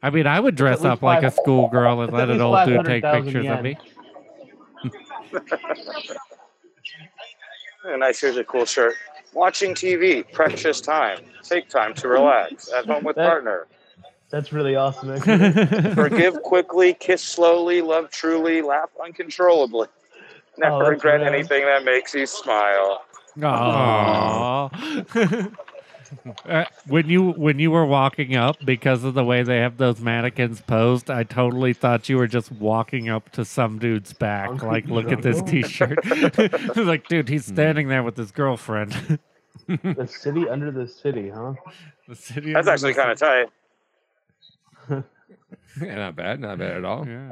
I mean, I would dress least up like a five- schoolgirl and it's let at an old least dude take 500,000 pictures of yen. me. And nice. Here's a cool shirt. Watching TV, precious time. Take time to relax. At home with That- partner. That's really awesome. actually. yeah, Forgive quickly, kiss slowly, love truly, laugh uncontrollably. Never Oh, that's regret rad. anything that makes you smile. Aww. Uh, when you when you were walking up, because of the way they have those mannequins posed, I totally thought you were just walking up to some dude's back. Like, look at this T-shirt. like, dude, he's standing there with his girlfriend. the city under the city, huh? the city. That's under actually the kind of tight. Yeah, not bad, not bad at all. sea. Yeah.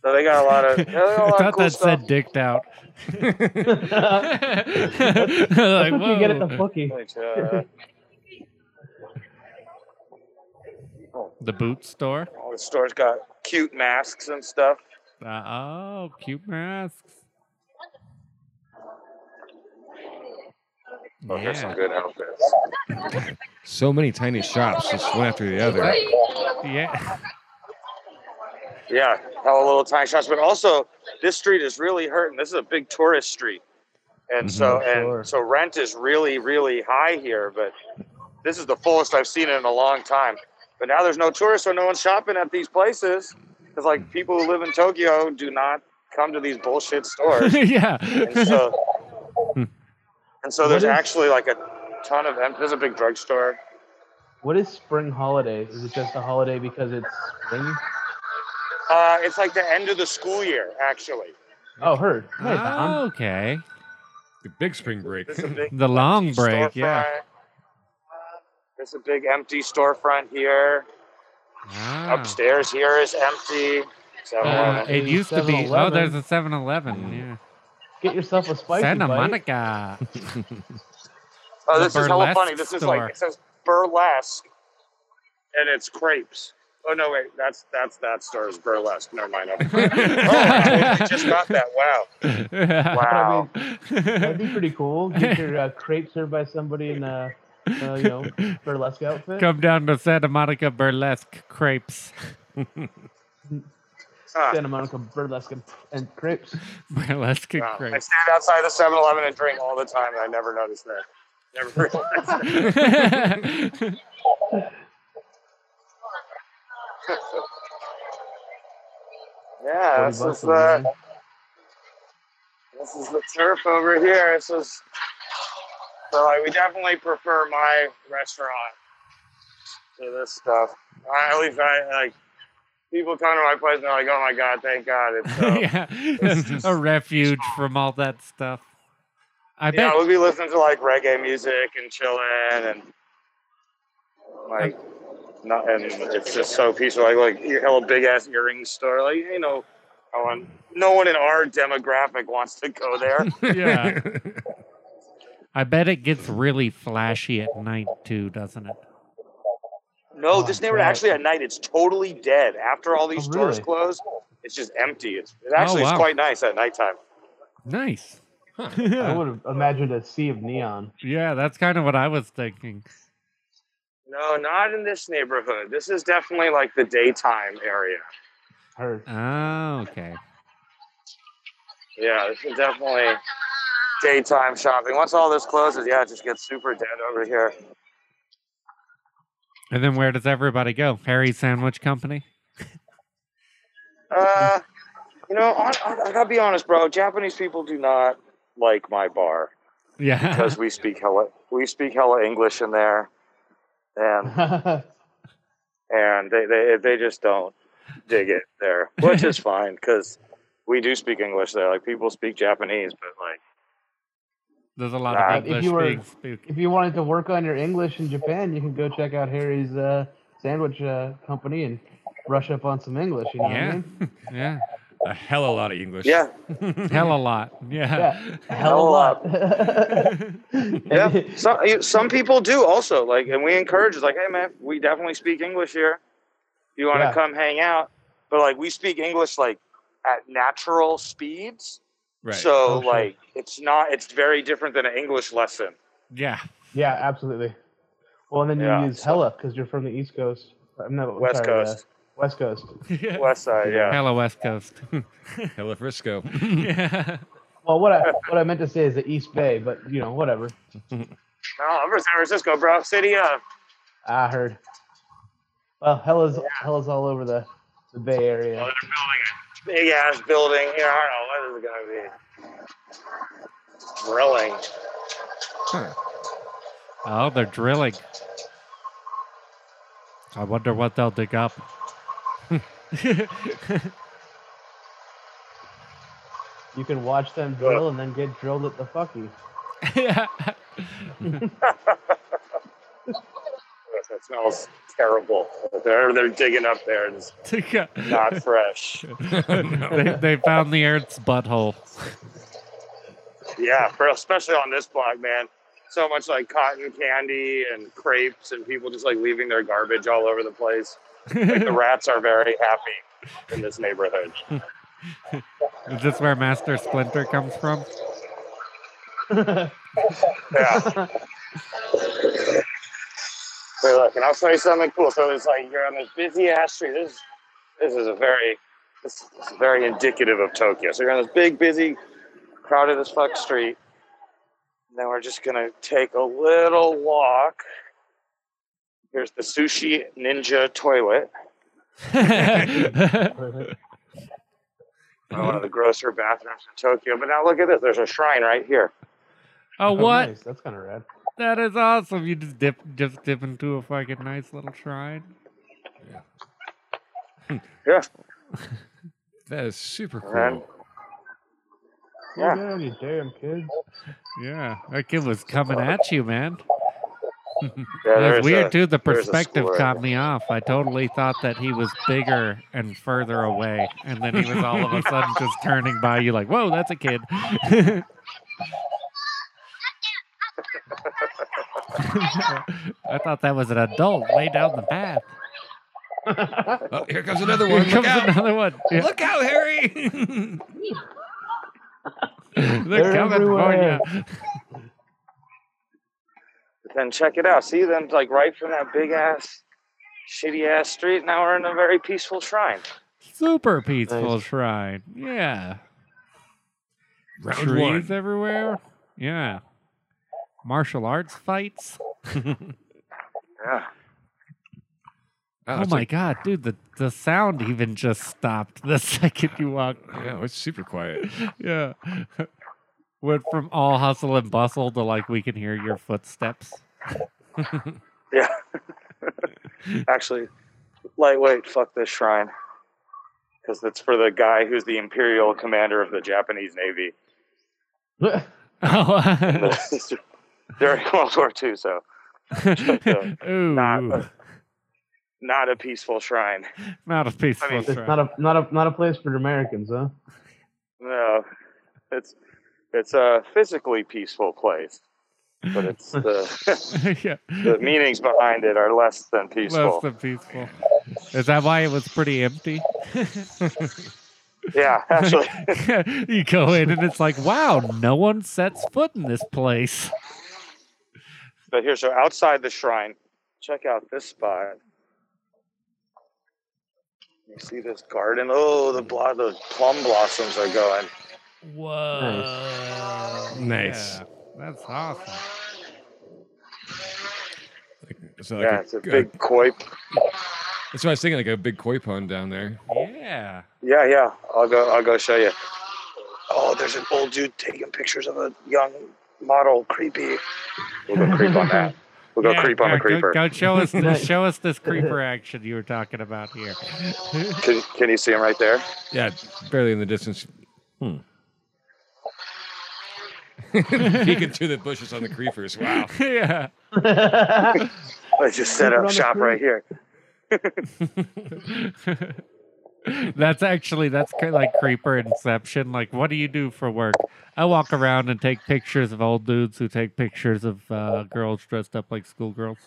So they got a lot of. They I got a lot of thought cool that stuff. said dicked out. That's Like, what you get at the whoa. bookie. Like, uh, The boot store. all the stores got cute masks and stuff. Uh, oh, cute masks. Oh, here's Yeah. some good outfits. So many tiny shops, just one after the other. yeah. Yeah, hell, little tiny shops. But also, this street is really hurting. This is a big tourist street, and so and Sure. so rent is really really high here. But this is the fullest I've seen it in a long time. But now there's no tourists, so no one's shopping at these places because like people who live in Tokyo do not come to these bullshit stores, and yeah. so Hmm. and so there's actually like a ton of em- there's a big drugstore. What is spring holiday? Is it just a holiday because it's spring? Uh, it's like the end of the school year actually. Oh, heard. Hey, Tom. okay. The big spring break. This is a big The long store break. Yeah. fry. There's a big empty storefront here. Upstairs here is empty. So Uh, uh, it used to be. Oh, 7-Eleven. there's a 7 Mm. Eleven. Get yourself a spicy Santa bite. Monica. oh, the this is hella burlesque funny. This is store. like it says burlesque, and it's crepes. Oh no, wait, that's that's that store is burlesque. Never mind. I'm- oh, I totally just got that. Wow. Wow. That'd be pretty cool. Get your uh, crepe served by somebody in a, uh, you know, burlesque outfit. Come down to Santa Monica Burlesque Crepes. Huh. Santa Monica burlesque and, and crepes. burlesque Wow. I Crepes. stand outside the 7 Eleven and drink all the time, and I never noticed that. Never realized that. yeah, 40 this bucks is, over uh, there. this is the turf over here. This is. So, like, we definitely prefer my restaurant to this stuff. I, at least, I, like, people come to my place and they're like, oh my God, thank God. It's uh, so. yeah, a refuge from all that stuff. I yeah, bet. we'll be listening to like reggae music and chilling and like not, and it's just so peaceful. Like like you have a big ass earrings store. Like you know, no one, no one in our demographic wants to go there. Yeah. I bet it gets really flashy at night too, doesn't it? No, this neighborhood actually at night it's totally dead. After all these Oh, stores really? Oh, close, it's just empty. It's it actually wow. is quite nice at nighttime. Nice. I would have imagined a sea of neon. Yeah, that's kind of what I was thinking. No, not in this neighborhood. This is definitely like the daytime area. Heard. Oh, okay. Yeah, this is definitely daytime shopping. Once all this closes, yeah, it just gets super dead over here. And then where does everybody go? Harry's Sandwich Company? Uh, you know, I, I, I gotta be honest, bro. Japanese people do not like my bar Yeah. because we speak hella we speak hella English in there, and and they they, they just don't dig it there, which is fine because we do speak English there. Like people speak Japanese, but like There's a lot Nah, of if English you were- being spooked. If you wanted to work on your English in Japan, you can go check out Harry's uh, sandwich uh, company and brush up on some English. You know what I Yeah. mean? Yeah. A hell of a lot of English. yeah, Hell a lot. Yeah, Yeah. a hell of a lot. yeah. Some you- some people do also like, and we encourage. It's like, hey man, we definitely speak English here. If you want to Yeah. come hang out, but like we speak English like at natural speeds. Right. So Oh, sure. like, it's not. It's very different than an English lesson. Yeah. yeah, absolutely. Well, and then you Yeah, use so- hella because you're from the East Coast. Uh, I'm not I'm West sorry, Coast. Uh, West Coast. West side, yeah. Hella West Coast. Hello, Frisco. yeah. Well, what I what I meant to say is the East Bay, but you know, whatever. No, Oh, I'm from San Francisco, bro. City of. I heard. Well, hella's hella's all over the, the Bay Oh, Area. they're building a big ass building here. I don't know what is it gonna be. Drilling. Oh, they're drilling. I wonder what they'll dig up. You can watch them drill and then get drilled at the fucky. That smells terrible. They're they're digging up there. It's not fresh. they, they found the Earth's butthole. Yeah, for, especially on this block, man. So much like cotton candy and crepes and people just like leaving their garbage all over the place. Like the rats are very happy in this neighborhood. Is this where Master Splinter comes from? Yeah. Wait, look, and I'll show you something cool. So it's like you're on this busy ass street. This is this is a very this, this is very indicative of Tokyo. So you're on this big, busy, crowded as fuck street. And then we're just gonna take a little walk. Here's the sushi ninja toilet, Oh, one of the grosser bathrooms in Tokyo. But now look at this. There's a shrine right here. oh, what? nice. That's kind of rad. That is awesome. You just dip, just dip into a fucking nice little shrine. Yeah. That is super cool. And Yeah. Yeah. you damn kid. Yeah, that kid was coming at you, man. Yeah, it there's was weird a- too. The there's a perspective squirrel. caught me off. I totally thought that he was bigger and further away, and then he was all of a sudden just turning by you like, "Whoa, that's a kid." I thought that was an adult way down the path. Oh, here comes another one. Here Look comes out. another one. Yeah. Look out, Harry. They're coming for everywhere. you. Then check it out. See them like right from that big ass, shitty ass street. Now we're in a very peaceful shrine. Super peaceful shrine. Yeah. Round Trees one. everywhere. Yeah. Martial arts fights. Yeah. Oh, my god, dude, the, the sound even just stopped the second you walked. Yeah, oh, it's super quiet. Yeah. Went from all hustle and bustle to like we can hear your footsteps. Yeah. Actually, lightweight, fuck this shrine. Because that's for the guy who's the imperial commander of the Japanese Navy Oh. during World War II, so Ooh. Not, not a peaceful shrine. a peaceful mean- It's shrine. not a not a not a place for Americans, huh? No, it's it's a physically peaceful place, but it's the yeah. the meanings behind it are less than peaceful. Less than peaceful. Is that why it was pretty empty? yeah, actually, you go in and it's like, wow, no one sets foot in this place. but here, so outside the shrine, check out this spot. You see this garden? Oh, the blo- the plum blossoms are going. Whoa. Nice. Yeah, that's awesome. It's not like Yeah, a- it's a a- big koi. That's what I was thinking, like a big koi pond down there. Yeah. Yeah, yeah. I'll go. I'll go show you. Oh, there's an old dude taking pictures of a young model. Creepy. We'll go creep on that. We'll go Yeah, creep on go- the creeper. Go, go show us this, Nice. show us this creeper action you were talking about here. Can, can you see him right there? Yeah, barely in the distance. Hmm. Peeking through the bushes on the creepers. Wow. yeah. Let's just set up shop right here. That's actually that's ki- like creeper inception. Like, what do you do for work? I walk around and take pictures of old dudes who take pictures of uh, girls dressed up like schoolgirls.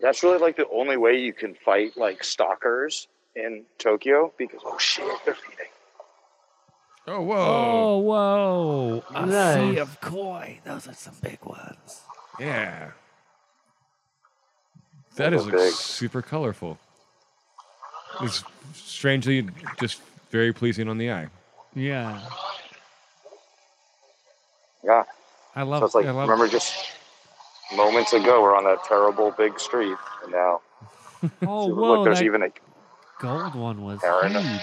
That's really like the only way you can fight like stalkers in Tokyo because oh shit, they're feeding. Oh, whoa. Oh, whoa! A Nice. sea of koi. Those are some big ones. Yeah. That Those is are like, big. super colorful. It's strangely just very pleasing on the eye. Yeah, Yeah. I love. So it's like I love remember just moments ago we're on that terrible big street and now oh, see, whoa! look there's that even a gold one was Aaron. huge.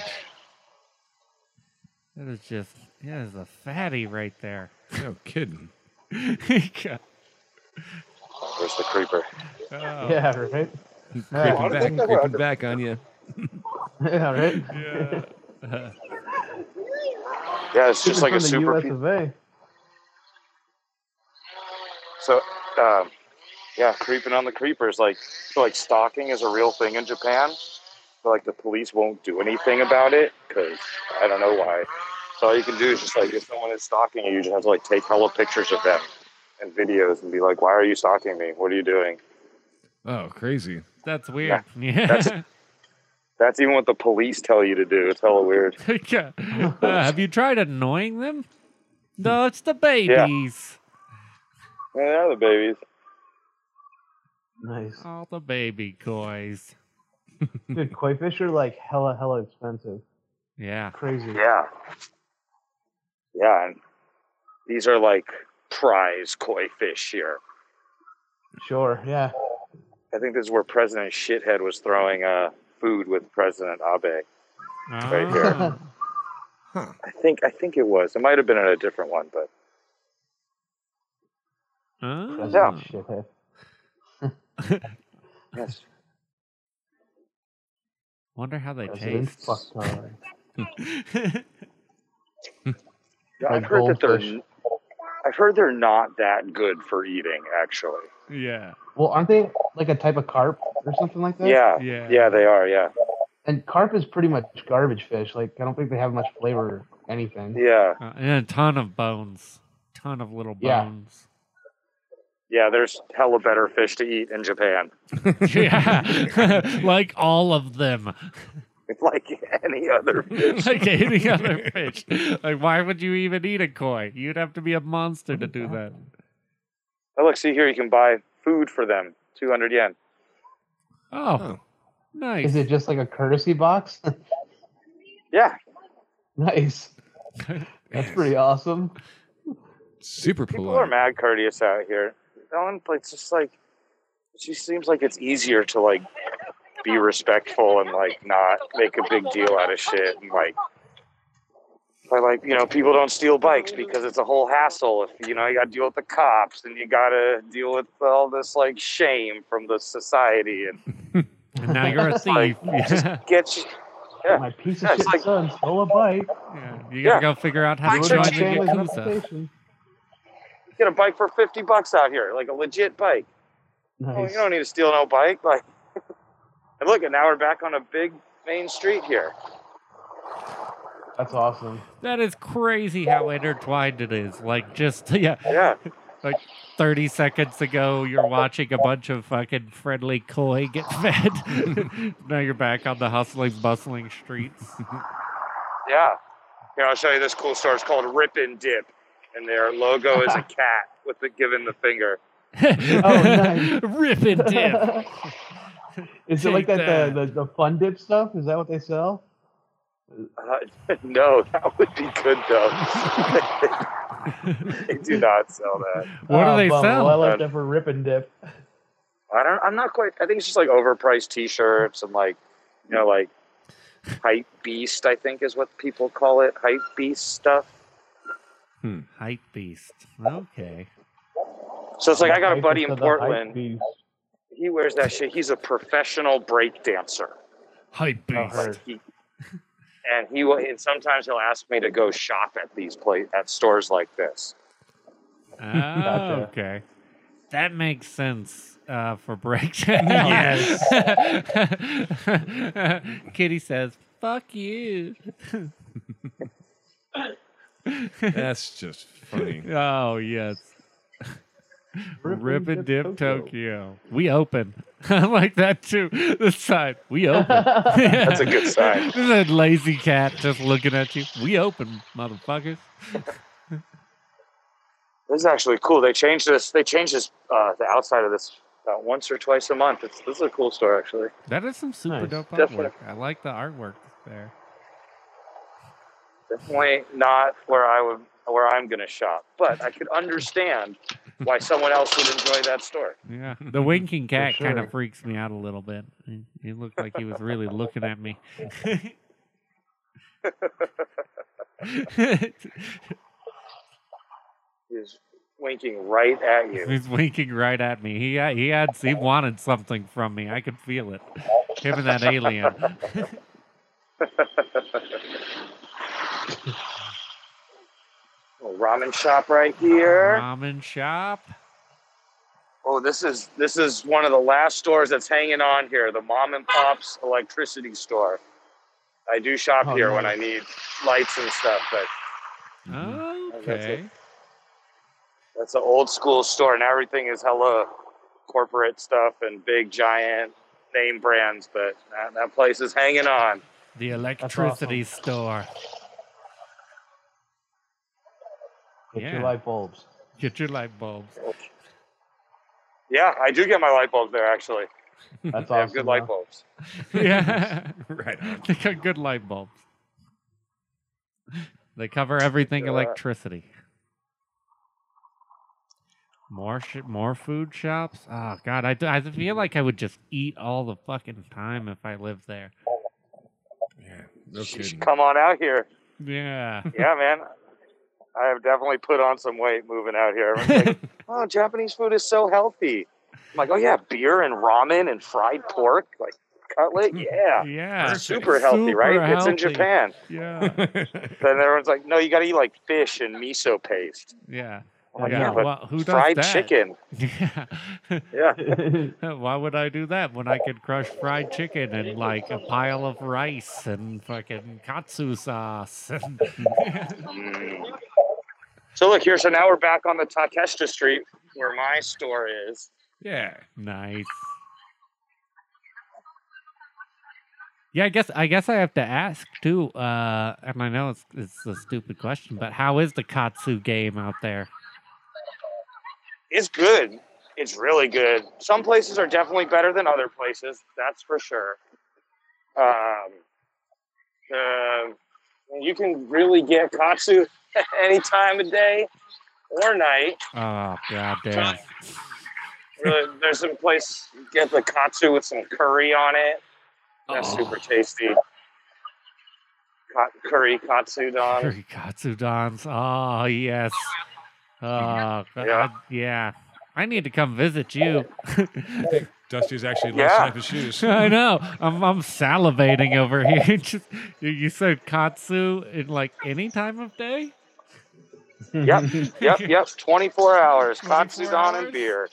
That is just yeah, there's a fatty right there. Oh, No kidding. Yeah. there's the creeper. Oh, Yeah, right. Creeping don't back, think that creeping happened. back on you. Yeah, right. yeah. Yeah, it's just like a from the super US pe- of A. So, um, yeah, creeping on the creepers, like so like stalking is a real thing in Japan. But, like the police won't do anything about it because I don't know why. So all you can do is just like if someone is stalking you, you just have to like take hella pictures of them and videos and be like, "Why are you stalking me? What are you doing?" Oh, crazy. That's weird. Yeah. That's- That's even what the police tell you to do. It's hella weird. Yeah. Uh, have you tried annoying them? No, it's the babies. Yeah, they are the babies. Nice. All the baby koi's. Dude, koi fish are like hella hella expensive. Yeah. Crazy. Yeah, yeah. And these are like prize koi fish here. Sure. Yeah. I think this is where President Shithead was throwing uh, food with President Abe. Right here. Ah. I think I think it was. It might have been in a different one, but Ah. Yeah. Shithead. yes. Wonder how they President taste. Fucktard. Yeah, Like I've heard that they're. goldfish. I've heard they're not that good for eating, actually. Yeah. Well, aren't they like a type of carp or something like that? Yeah. Yeah, they are. Yeah. And carp is pretty much garbage fish. Like I don't think they have much flavor or anything. Yeah. Uh, and a ton of bones. Ton of little Yeah. bones. Yeah, there's hella better fish to eat in Japan. yeah. like all of them. Like any other fish. like any other fish. Like, why would you even eat a koi? You'd have to be a monster to do that. Oh, look, see here, you can buy food for them, 200 yen. Oh, Is nice. it just like a courtesy box? Yeah. nice. That's pretty awesome. Super People are mad courteous out here. No one, like, it's just like, it just seems like it's easier to, like, be respectful and, like, not make a big deal out of shit. And, like, I like, you know, people don't steal bikes because it's a whole hassle. If, you know, you got to deal with the cops and you got to deal with all this, like, shame from the society. And And now you're a thief. Yeah. get you, yeah. My piece Yeah, of shit it's like- son stole a bike. You Yeah. gotta go figure out how to Like join the Ruined family's Yakuza. reputation. get a bike for 50 bucks out here, like a legit bike. Well, Oh, Nice. you don't e- need to steal no bike. Like, and look, and now we're back on a big main street here. That's awesome. That is crazy how intertwined it is. Like just yeah, Yeah, like thirty seconds ago you're watching a bunch of fucking friendly koi get fed. now you're back on the hustling, bustling streets. yeah. Here, I'll show you this cool store. It's called Rip and Dip, and their logo is a cat with the given the finger. nice. Rip and dip. Is it like Take that, The, the the fun dip stuff? Is that what they sell? Uh, no, that would be good though. they do not sell that. What do they bummer. sell? Oh, Well, uh, I like that for rip and dip. I don't. I'm not quite. I think it's just like overpriced T-shirts and like, you know, like hype beast. I think is what people call it. Hype beast stuff. Hmm. Hype beast. Okay. So it's like I got a Hype buddy in is the hype Portland. beast. he wears that shit. He's a professional break dancer. Hype Oh, beast. heard. He, and he will, and sometimes he'll ask me to go shop at these place at stores like this. Ah, okay. That makes sense uh, for breakdown. yes. Kitty says, "Fuck you." That's just funny. Oh yes. Rip and Rip and Dip dip, Tokyo. Tokyo. We open. I like that too. This sign. We open. That's a good sign. this is a lazy cat just looking at you. We open, motherfuckers. This is actually cool. They changed this. They changed this uh, the outside of this about once or twice a month. It's, this is a cool store actually. That is some super Nice. dope Definitely. artwork. I like the artwork there. Definitely not where I would where I'm gonna shop, but I could understand why someone else would enjoy that store. Yeah, the winking cat kind sure. of freaks me out a little bit. He- He looked like he was really looking at me. He's winking right at you. He's winking right at me. He had- he had he wanted something from me. I could feel it. Him and that alien. Little ramen shop right here. Ramen shop. Oh, this is this is one of the last stores that's hanging on here, the mom and pop's electricity store. I do shop Oh, here when I nice. need lights and stuff, but Okay. that's an old school store. Now everything is hella corporate stuff and big giant name brands, but that, that place is hanging on. The electricity store. Get Yeah. your light bulbs. Get your light bulbs. Yeah, I do get my light bulbs there actually. That's awesome. They have good light though. bulbs. yeah. right on. They got good light bulbs. They cover everything Yeah. electricity. More sh- more food shops. Oh god, I, d- I feel like I would just eat all the fucking time if I lived there. Yeah. Oh, No You should kidding. come on out here. Yeah. Yeah, man. I have definitely put on some weight moving out here. Everyone's like, oh, Japanese food is so healthy. I'm like, oh yeah, beer and ramen and fried pork, like cutlet. Yeah, Ah, yeah. super healthy, Mm. Super right? It's in healthy. Japan. Yeah. Then everyone's like, no, you got to eat like fish and miso paste. Yeah. my yeah, God, but well, who does fried that? chicken. Yeah. Yeah. Why would I do that when I could crush fried chicken and like a pile of rice and fucking katsu sauce? And Mm. So look here. So now we're back on the Takeshita Street where my store is. Yeah. nice. Yeah, I guess I guess I have to ask too. Uh, and I know it's it's a stupid question, but how is the katsu game out there? It's good. It's really good. Some places are definitely better than other places. That's for sure. Um, uh, you can really get katsu any time of day or night. Oh god damn! Really, there's some place you get the katsu with some curry on it. That's Oh. super tasty. Ka- curry katsu don. Curry katsu dons. Oh yes. Oh Yeah. god, yeah. I need to come visit you. Dusty's actually Yeah. loosening up his shoes. I know. I'm I'm salivating over here. Just you- you said katsu in like any time of day? Yep, yep, yep. 24 hours. 24 Katsu don and hours? beer.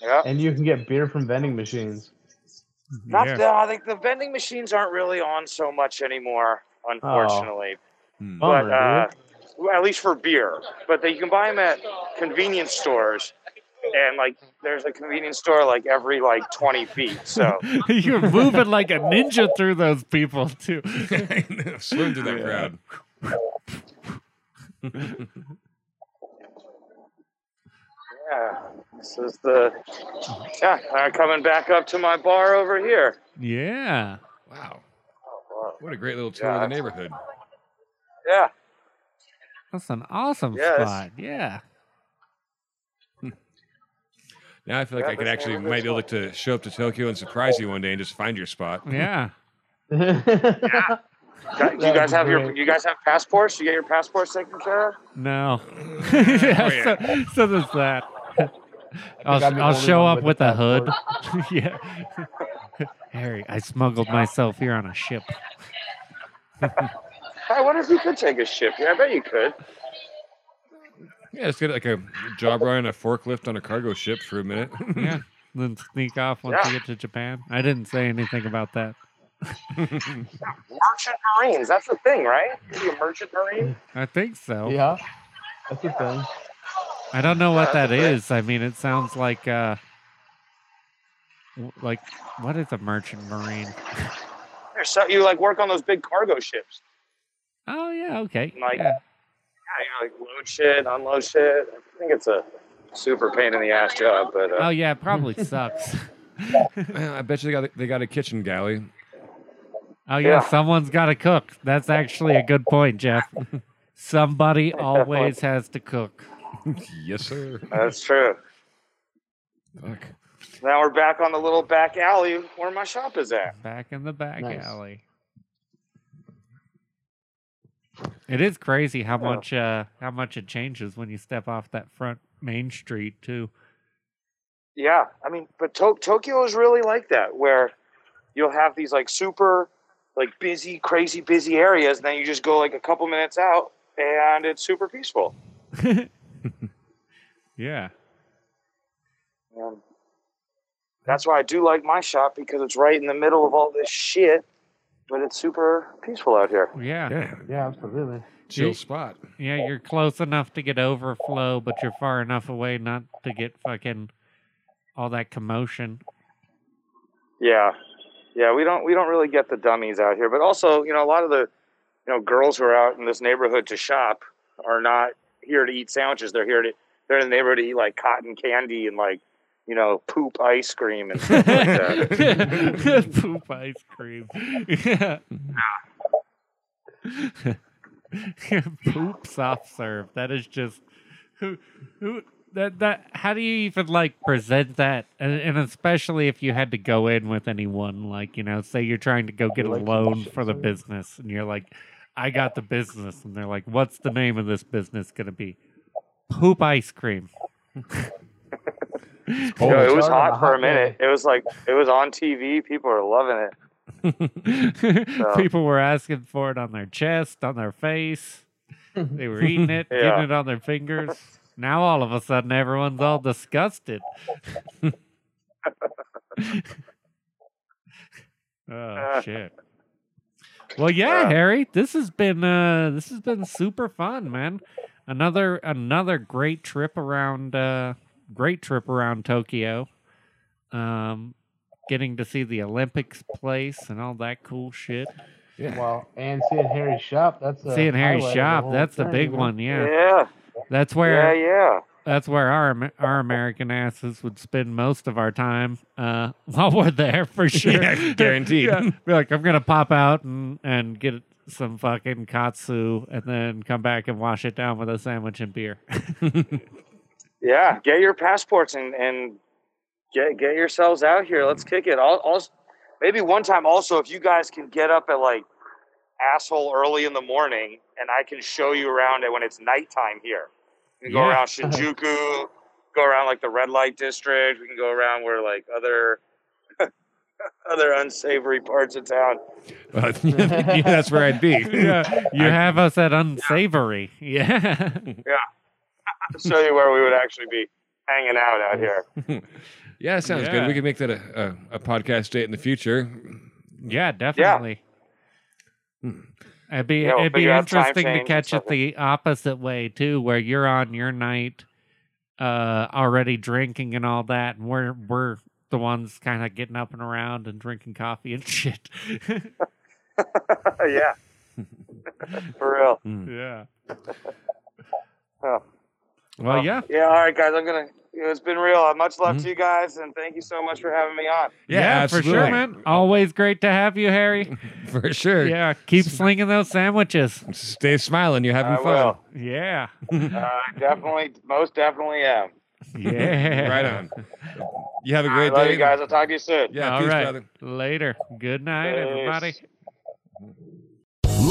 Yep. And you can get beer from vending machines. Not the, I think the vending machines aren't really on so much anymore, unfortunately. Oh. Hmm. Bummer, but uh, dude. well, at least for beer. But they, you can buy them at convenience stores, and like there's a convenience store like every like 20 feet. So You're moving like a ninja through those people too. Swim through that crowd. yeah, this is the yeah. uh, coming back up to my bar over here. Yeah. Wow. Oh, wow. What a great little tour of the neighborhood. Yeah, That's an awesome Yeah, it's- spot. Yeah. Now I feel like Yeah, I could that's actually one of might be able to show up to Tokyo and surprise you one day and just find your spot. Yeah. Got- you That'd guys be have your great. you guys have passports. You get your passports taken care of. No. Oh, yeah, So, so there's that. I'll, I'm the I'll only show one up with with a a hood. yeah. Harry, I smuggled myself here on a ship. I wonder if you could take a ship here. I bet you could. Yeah, let's get like a job riding a forklift on a cargo ship for a minute. Yeah. Then sneak off once you get to Japan. I didn't say anything about that. Merchant Marines. That's the thing, right? Are you a merchant marine? I think so. Yeah, that's a thing. I don't know what that That's great. is. I mean, it sounds like uh w- like what is a merchant marine? Or so, you like work on those big cargo ships. Oh yeah, okay. Like- yeah. Yeah, you know, like load shit, unload shit. I think it's a super pain in the ass job, but uh, Oh yeah, it probably sucks. Well, I bet you they got they got a kitchen galley. Oh yeah, Yeah. someone's got to cook. That's actually a good point, Jeff. Somebody always has to cook. yes, sir. that's true. Fuck. Now we're back on the little back alley where my shop is at. Back in the back Nice. alley. It is crazy how much uh how much it changes when you step off that front main street too. Yeah, I mean, but to- Tokyo is really like that, where you'll have these like super, like busy, crazy busy areas, and then you just go like a couple minutes out, and it's super peaceful. Yeah. And Um, that's why I do like my shop because it's right in the middle of all this shit, but it's super peaceful out here. Yeah. Yeah, Yeah, absolutely. chill You- spot. Yeah, you're close enough to get overflow, but you're far enough away not to get fucking all that commotion. Yeah, yeah, we don't we don't really get the dummies out here, but also you know a lot of the you know girls who are out in this neighborhood to shop are not here to eat sandwiches. They're here to they're in the neighborhood to eat like cotton candy and like you know poop ice cream and stuff like that. Poop ice cream. Yeah. Poop soft serve. That is just who who that that how do you even like present that? And, and especially if you had to go in with anyone, like, you know, say you're trying to go get a Like loan shit for the serve? business and you're like, I got the business and they're like, What's the name of this business gonna be? Poop ice cream. You know, it was hot Started on a for a hot minute. It was like it was on TV. People are loving it. People were asking for it on their chest, on their face. They were eating it, Yeah. getting it on their fingers. Now all of a sudden everyone's all disgusted. oh shit. Well, yeah, Harry, this has been uh this has been super fun, man. Another another great trip around uh great trip around Tokyo. Um getting to see the Olympics place and all that cool shit. Yeah. Well, and seeing Harry's shop. That's a Seeing Harry's highlight of shop, whole that's the thing, big you know? one, yeah. Yeah. That's where Yeah, yeah. that's where our Am- our American asses would spend most of our time uh, while we're there for sure. Yeah, guaranteed. Yeah, Be like, I'm gonna pop out and and get some fucking katsu, and then come back and wash it down with a sandwich and beer. Yeah, get your passports and, and get get yourselves out here. Let's kick it. I'll, I'll maybe one time also if you guys can get up at like asshole early in the morning and I can show you around it when it's nighttime here. We can go Yeah. around Shinjuku, go around like the red light district. We can go around where like other other unsavory parts of town. Well, Uh, yeah, that's where I'd be. yeah, you I- have us at unsavory. Yeah, Yeah, show you where we would actually be hanging out out here. Yeah, it sounds Yeah. good. We could make that a, a, a podcast date in the future. yeah, definitely. It'd be Yeah, we'll it'd be figure out time interesting change to and catch stuff. it the opposite way too, where you're on your night, uh, already drinking and all that, and we're we're the ones kind of getting up and around and drinking coffee and shit. yeah, for real. yeah. Yeah. Well, yeah. Yeah, all right, guys. I'm gonna. It's been real. Uh, Much love Mm-hmm. to you guys, and thank you so much for having me on. Yeah, for absolutely. sure, man. Always great to have you, Harry. For sure. Yeah, keep slinging those sandwiches. Stay smiling. You're having I fun. Yeah, Uh, definitely, most definitely am. yeah. Right on. You have a I great love day. you guys. I'll talk to you soon. Yeah, All peace, right. brother. Later. Good night, Peace. everybody.